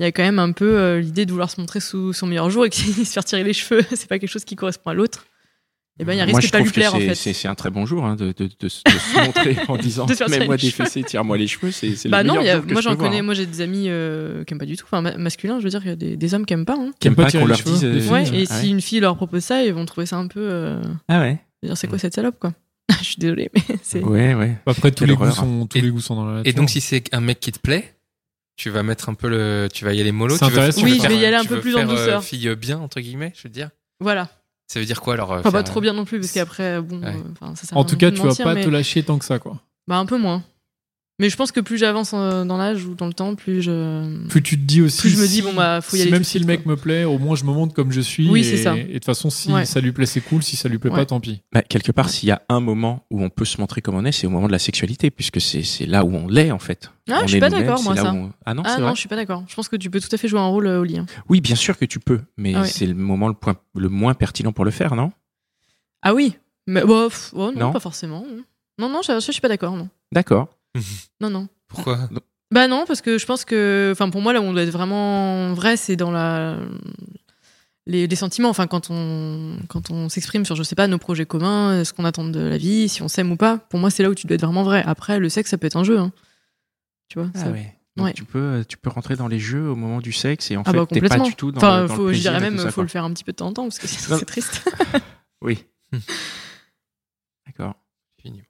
Il y a quand même un peu euh, l'idée de vouloir se montrer sous son meilleur jour et que [LAUGHS] se faire tirer les cheveux, c'est pas quelque chose qui correspond à l'autre. Et ben, il y a risque Moi, de je pas lui trouve que plaire, en c'est- fait. c'est c'est un très bon jour hein, de, de- de- de [LAUGHS] se montrer en disant, De faire ça mets-moi les des cheveux. fessées, tire-moi les cheveux. C'est c'est le Bah non, meilleur il y a- jour que moi je peux j'en voir, connais, hein. moi j'ai des amis euh, qui aiment pas du tout, enfin ma- masculins, je veux dire, il y a des, des hommes qui aiment pas. hein. Qui aiment Qui pas aiment pas qu'on leur tirer les dise. cheveux, euh, des ah filles. Ouais, et ah si une fille leur propose ça, ils vont trouver ça un peu. euh, Ah ouais. je veux dire, c'est quoi cette salope quoi [LAUGHS] Je suis désolée, mais c'est. Ouais, ouais. Après tous Quelle les goûts horreur. sont tous Et- les goûts sont dans la. Et nature. donc si c'est un mec qui te plaît, tu vas mettre un peu le, tu vas y aller mollo. C'est tu veux- intéressant. tu veux Oui, je faire- vais y aller un tu peu veux plus en faire, euh, douceur. fille euh, bien entre guillemets, je veux dire. Voilà. Ça veut dire quoi alors euh, Enfin, pas faire- Ah, bah, trop bien non plus, parce qu'après, bon, Ouais. euh, enfin, ça sert En à tout rien cas, de tu vas mentir, pas mais- te lâcher tant que ça quoi. Bah un peu moins. Mais je pense que plus j'avance euh, dans l'âge ou dans le temps, plus je. Plus tu te dis aussi. Plus je me si- dis, bon, bah, faut y si aller Même tout de si le suite, mec me plaît, au moins je me montre comme je suis. Oui, et, c'est ça. Et de toute façon, si Ouais. ça lui plaît, c'est cool. Si ça lui plaît Ouais. pas, tant pis. Bah, quelque part, s'il y a un moment où on peut se montrer comme on est, c'est au moment de la sexualité, puisque c'est c'est là où on l'est en fait. Ah, On je suis est pas nous-mêmes, d'accord, c'est moi, là ça. où on- Ah non, Ah c'est non, vrai. je suis pas d'accord. Je pense que tu peux tout à fait jouer un rôle euh, au lit. hein. Oui, bien sûr que tu peux, mais Ah ouais. c'est le moment le, point, le moins pertinent pour le faire, non Ah oui Mais bon, pff, oh, non, Non. pas forcément. Non, non, je, je suis pas d'accord, non. D'accord. Non, non. [LAUGHS] Pourquoi Bah non, parce que je pense que, enfin pour moi là où on doit être vraiment vrai, c'est dans la les, les sentiments. Enfin quand on quand on s'exprime sur je sais pas nos projets communs, euh, ce qu'on attend de la Ah vie, si on s'aime ou pas. Pour moi c'est là où tu dois être vraiment vrai. Après le sexe ça peut être un jeu. hein. Tu vois. ça- ouais. Donc Ouais. tu peux tu peux rentrer dans les jeux au moment du sexe et en Ah fait bah t'es pas complètement. du tout dans, Enfin, le- dans faut, le je plaisir dirais et même, tout ça, faut quoi. le faire un petit peu de temps en temps parce que [LAUGHS] sinon Non. c'est triste. Oui. [LAUGHS] Hmm. D'accord. Fini.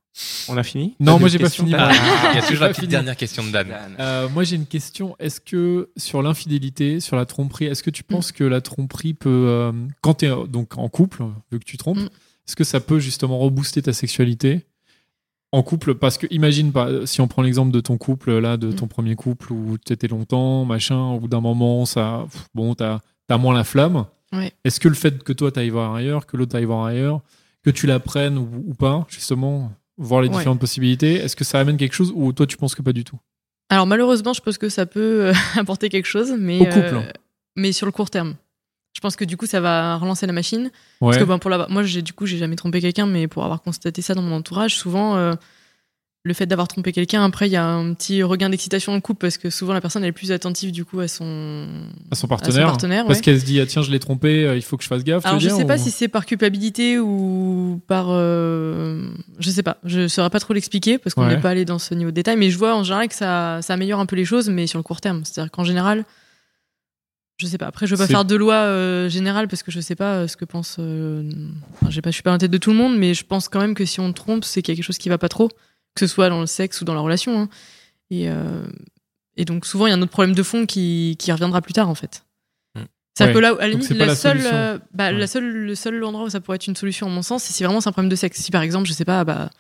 On a fini Non, T'as moi, d'autres j'ai pas questions, Ah, fini, Dan moi. Ah, Il y a J'ai toujours pas la petite fini. dernière question de Dan. Bah, Euh, moi, j'ai une question. Est-ce que sur l'infidélité, sur la tromperie, est-ce que tu penses Mm. que la tromperie peut, euh, quand tu es donc en couple, vu que tu trompes, Mm. est-ce que ça peut justement rebooster ta sexualité en couple Parce que imagine pas, euh, si on prend l'exemple de ton couple là, Mm. de ton premier couple où tu étais longtemps, machin, au bout d'un moment, ça, pff, bon, t'as as moins la flamme. Ouais. Est-ce que le fait que toi t'ailles voir ailleurs, que l'autre aille voir ailleurs, que tu l'apprennes ou, ou pas, justement, voir les Ouais. différentes possibilités, est-ce que ça amène quelque chose ou toi tu penses que pas du tout Alors malheureusement, je pense que ça peut euh, [LAUGHS] apporter quelque chose, mais euh, Au couple. mais sur le court terme. Je pense que du coup, ça va relancer la machine. Parce que ben, pour la... moi, j'ai du coup, j'ai jamais trompé quelqu'un, mais pour avoir constaté ça dans mon entourage, souvent, euh, le fait d'avoir trompé quelqu'un, après, il y a un petit regain d'excitation en couple parce que souvent la personne elle est plus attentive du coup à son à son à son partenaire. partenaire, Parce ouais. qu'elle se dit, ah, tiens, je l'ai trompé, euh, il faut que je fasse gaffe. tu Alors veux je dire, sais pas ou- si c'est par culpabilité ou par euh, je sais pas, je saurais pas trop l'expliquer parce qu'on Ouais. n'est pas allé dans ce niveau de détail mais je vois en général que ça, ça améliore un peu les choses mais sur le court terme, c'est-à-dire qu'en général je sais pas, après je veux pas C'est- faire de loi euh, générale parce que je sais pas euh, ce que pense euh, enfin, j'ai pas je suis pas dans la tête de tout le monde mais je pense quand même que si on trompe, c'est qu'il y a quelque chose qui va pas trop que ce soit dans le sexe ou dans la relation hein. et euh, et donc souvent il y a un autre problème de fond qui, qui reviendra plus tard en fait. Mm. Ça peut Ouais. là, où- à la Donc, limite, c'est pas la, la seule, solution. euh, bah, Ouais. la seule, le seul endroit où ça pourrait être une solution, en mon sens, c'est si vraiment c'est un problème de sexe. Si par exemple, je sais pas, bah,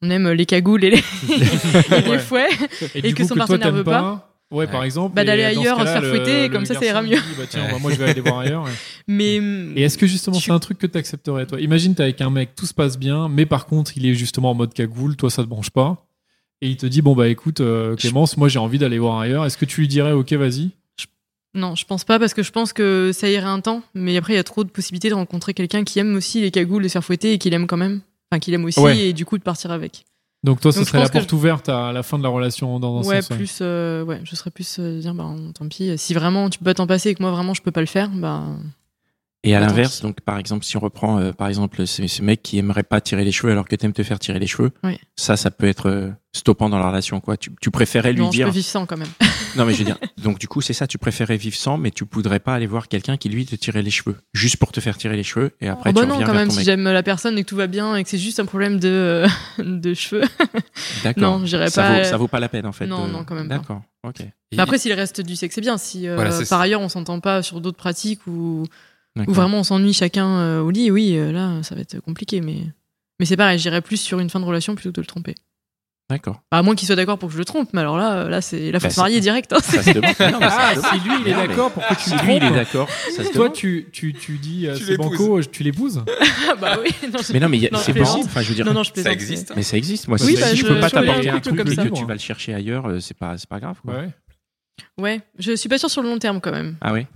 on aime les cagoules [LAUGHS] et les, et les Ouais. fouets, Et, que son partenaire t'aimes veut Ouais, Ouais. par exemple. Bah, et d'aller dans ce ailleurs, cas-là, se faire le- fouetter, et le comme ça, ça ira garçon dit, bah, tiens, bah, moi, je [LAUGHS] vais aller voir ailleurs. mais mm, Et est-ce que justement, c'est un truc que t'accepterais, toi Imagine, t'es avec un mec, tout se passe bien, mais par contre, il est justement en mode cagoule, toi, ça te branche pas. Et il te dit, bon, bah, écoute, euh, Clémence, moi, j'ai envie d'aller voir ailleurs. Est-ce que tu lui dirais, ok, vas-y non, je pense pas parce que je pense que ça irait un temps, mais après il y a trop de possibilités de rencontrer quelqu'un qui aime aussi les cagoules, les faire fouetter et qu'il aime quand même, enfin qu'il aime aussi Ouais. et du coup de partir avec. Donc, toi, ce Donc, je serait la pense que porte ouverte à la fin de la relation dans un ouais, sens. ouais. plus, euh, ouais, je serais plus euh, dire, bah tant pis. Si vraiment tu peux pas t'en passer et que moi vraiment je peux pas le faire, bah Et à Attends. l'inverse, Bah, donc par exemple, si on reprend euh, par exemple ce, ce mec qui aimerait pas tirer les cheveux alors que t'aimes te faire tirer les cheveux, Oui. ça, ça peut être euh, stoppant dans la relation, quoi. Tu, tu préférais lui non, je dire. peux vivre sans quand même. Non, mais je veux dire. Donc du coup, c'est ça. Tu préférais vivre sans, mais tu voudrais pas aller voir quelqu'un qui lui te tirait les cheveux, juste pour te faire tirer les cheveux, et après Oh bah tu non, reviens quand vers même, ton si mec. j'aime la personne et que tout va bien et que c'est juste un problème de, euh, [LAUGHS] de cheveux. D'accord. Non, j'irais ça pas- euh, Vaut, ça vaut pas la peine en fait. Non, de- non, quand même pas. D'accord. Ok. Et- Mais après, s'il reste du sexe, c'est bien. Si euh, Voilà, c'est par ça. ailleurs on s'entend pas sur d'autres pratiques ou D'accord. ou vraiment on s'ennuie chacun euh, au lit, oui, euh, là ça va être compliqué. Mais, mais c'est pareil, j'irais plus sur une fin de relation plutôt que de le tromper. D'accord. Bah, à moins qu'il soit d'accord pour que je le trompe, mais alors là, euh, là c'est la Bah, force c'est- mariée direct. hein, [LAUGHS] Ça c'est- se demande. Non, mais ça Ah, se demande. si lui, il est Non, mais- d'accord, pourquoi tu Si le lui, il est trompes d'accord. Ça se Toi, demande. tu, tu, tu dis, euh, Tu c'est l'épouses. banco, je- tu l'épouses Ah, bah oui, non, je- Mais non, mais il y a- Non, c'est je plaisante. possible. Enfin, je veux dire. non, non, je ça plaisante. existe. Mais ça existe, moi. Oui, si bah, je, je- peux pas sur les t'apporter un articles truc comme et ça, que moi. tu vas le chercher ailleurs, euh, c'est pas, c'est pas grave. Quoi. Ouais. Ouais, je suis pas sûre sur le long terme quand même. Ah ouais.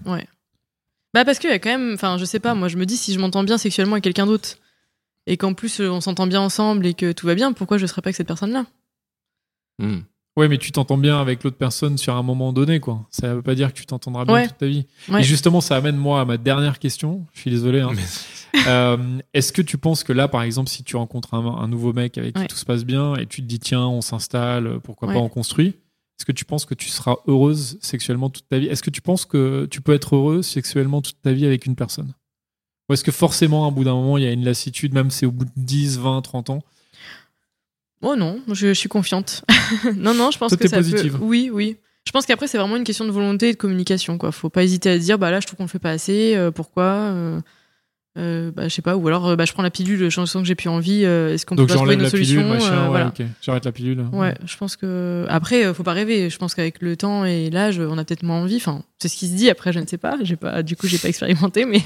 Bah parce qu'il y a quand même, enfin je sais pas, moi je me dis si je m'entends bien sexuellement avec quelqu'un d'autre et qu'en plus euh, on s'entend bien ensemble et que tout va bien, pourquoi je serais pas avec cette personne-là Hmm. Ouais, mais tu t'entends bien avec l'autre personne sur un moment donné, quoi. Ça veut pas dire que tu t'entendras bien Ouais. toute ta vie. Ouais. Et justement, ça amène moi à ma dernière question. Je suis désolé. hein. Euh, Est-ce que tu penses que là, par exemple, si tu rencontres un, un nouveau mec avec Ouais. qui tout se passe bien et tu te dis tiens, on s'installe, pourquoi Ouais. pas on construit Est-ce que tu penses que tu seras heureuse sexuellement toute ta vie Est-ce que tu penses que tu peux être heureuse sexuellement toute ta vie avec une personne Ou est-ce que forcément, à bout d'un moment, il y a une lassitude, même si c'est au bout de 10, 20, 30 ans Oh non, je, je suis confiante. [LAUGHS] non non, je pense Toi, que t'es ça positive. peut. Oui oui. Je pense qu'après c'est vraiment une question de volonté et de communication quoi. Faut pas hésiter à se dire bah là je trouve qu'on le fait pas assez, euh, pourquoi euh, euh, bah, je sais pas ou alors euh, bah, je prends la pilule je sens que j'ai plus envie euh, est-ce qu'on peut Donc pas trouver j'enlève une la solution pilule, machin, euh, ouais, voilà. ok. J'arrête la pilule. Ouais, je pense que après, euh, faut pas rêver. Je pense qu'avec le temps et l'âge, on a peut-être moins envie. Enfin, c'est ce qui se dit. Après, je ne sais pas. J'ai pas. Du coup, j'ai pas [LAUGHS] expérimenté. Mais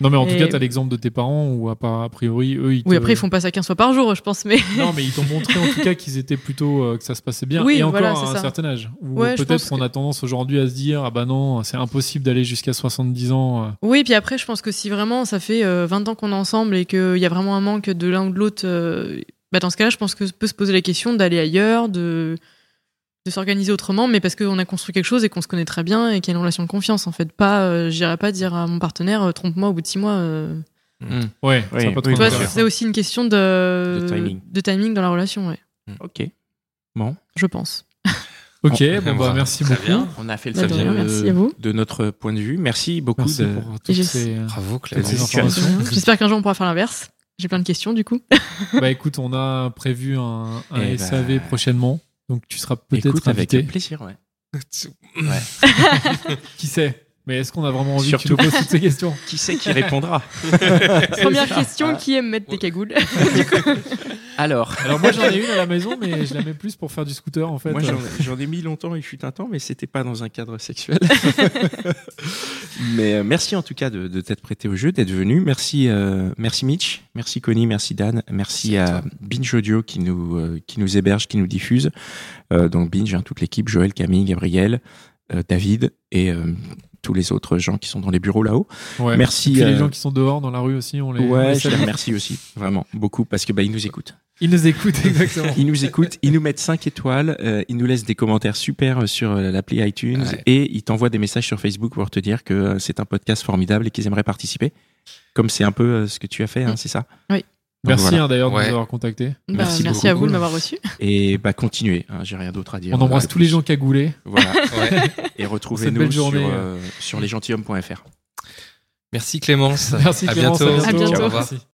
Non, mais en tout Et- cas, t'as l'exemple de tes parents où, à part- a priori, eux, ils te- oui, après, ils font pas ça 15 fois par jour, je pense. Mais [LAUGHS] [LAUGHS] Non, mais ils t'ont montré en tout cas qu'ils étaient plutôt. euh, que ça se passait bien. Oui, et encore voilà, à c'est un ça. certain âge. Où Ouais, je peut-être pense qu'on que- a tendance aujourd'hui à se dire ah bah non, c'est impossible d'aller jusqu'à 70 ans. euh. oui, puis après, je pense que si vraiment ça fait euh, 20 ans qu'on est ensemble et qu'il y a vraiment un manque de l'un ou de l'autre, euh, bah, dans ce cas-là, je pense que peut se poser la question d'aller ailleurs, de de s'organiser autrement, mais parce qu'on a construit quelque chose et qu'on se connaît très bien et qu'il y a une relation de confiance. En fait, pas. euh, J'irai pas dire à mon partenaire, euh, trompe-moi au bout de 6 mois. euh, Hmm. Ouais, Oui, ça oui, a pas trop de Tu vois, voilà. valeur. c'est aussi une question de, De timing. de timing dans la relation, ouais, Ok. [LAUGHS] je pense. Ok, On- bon, bah, voilà. merci Très beaucoup. bien. On a fait le Bah, de travail rien, merci à vous. de notre point de vue. Merci beaucoup. Merci de- pour toutes Et je- ces, euh, Bravo, toutes Clément. ces Merci. informations. J'espère qu'un jour on pourra faire l'inverse. J'ai plein de questions du [LAUGHS] coup. bah écoute, on a prévu un, un Eh SAV bah. prochainement, donc tu seras Écoute, peut-être avec invité. plaisir. ouais. Qui sait Mais est-ce qu'on a vraiment envie Surtout- que tu nous poses toutes [LAUGHS] ces questions Qui sait qui répondra Ah. Première question qui aime mettre des cagoules Alors, Alors moi j'en ai une à la maison, mais je la mets plus pour faire du scooter en fait. Moi, j'en- j'en ai mis longtemps et fut un temps, mais c'était pas dans un cadre [LAUGHS] sexuel. mais euh, merci en tout cas de, de t'être prêté au jeu, d'être venu. Merci, euh, merci Mitch, merci Connie, merci Dan, merci à Binge Audio qui nous euh, qui nous héberge, qui nous diffuse. Euh, donc Binge, hein, toute l'équipe, Joël, Camille, Gabriel, euh, David et euh, tous les autres gens qui sont dans les bureaux là-haut. Ouais. merci, Et puis, les euh, gens qui sont dehors dans la rue aussi, on les. on Ouais, les je les salue. remercie aussi vraiment beaucoup parce que bah ils nous écoutent. Ils nous écoutent [LAUGHS] exactement. Ils nous écoutent, ils nous mettent 5 étoiles, euh, ils nous laissent des commentaires super euh, sur euh, l'appli iTunes Ouais. et ils t'envoient des messages sur Facebook pour te dire que euh, c'est un podcast formidable et qu'ils aimeraient participer. Comme c'est un peu euh, ce que tu as fait, hein, c'est ça Oui. Donc Merci voilà. hein, d'ailleurs de Ouais. nous avoir contactés. Bah, Merci Merci, beaucoup. à vous de m'avoir reçu. Et bah continuez, hein, j'ai rien d'autre à dire. On embrasse tous les gens cagoulés. Voilà. Ouais. Et Cette retrouvez-nous belle sur, journée, euh, euh, sur lesgentilhommes.fr. Merci Clémence. Merci à Clémence, bientôt. à bientôt. Au revoir. Merci.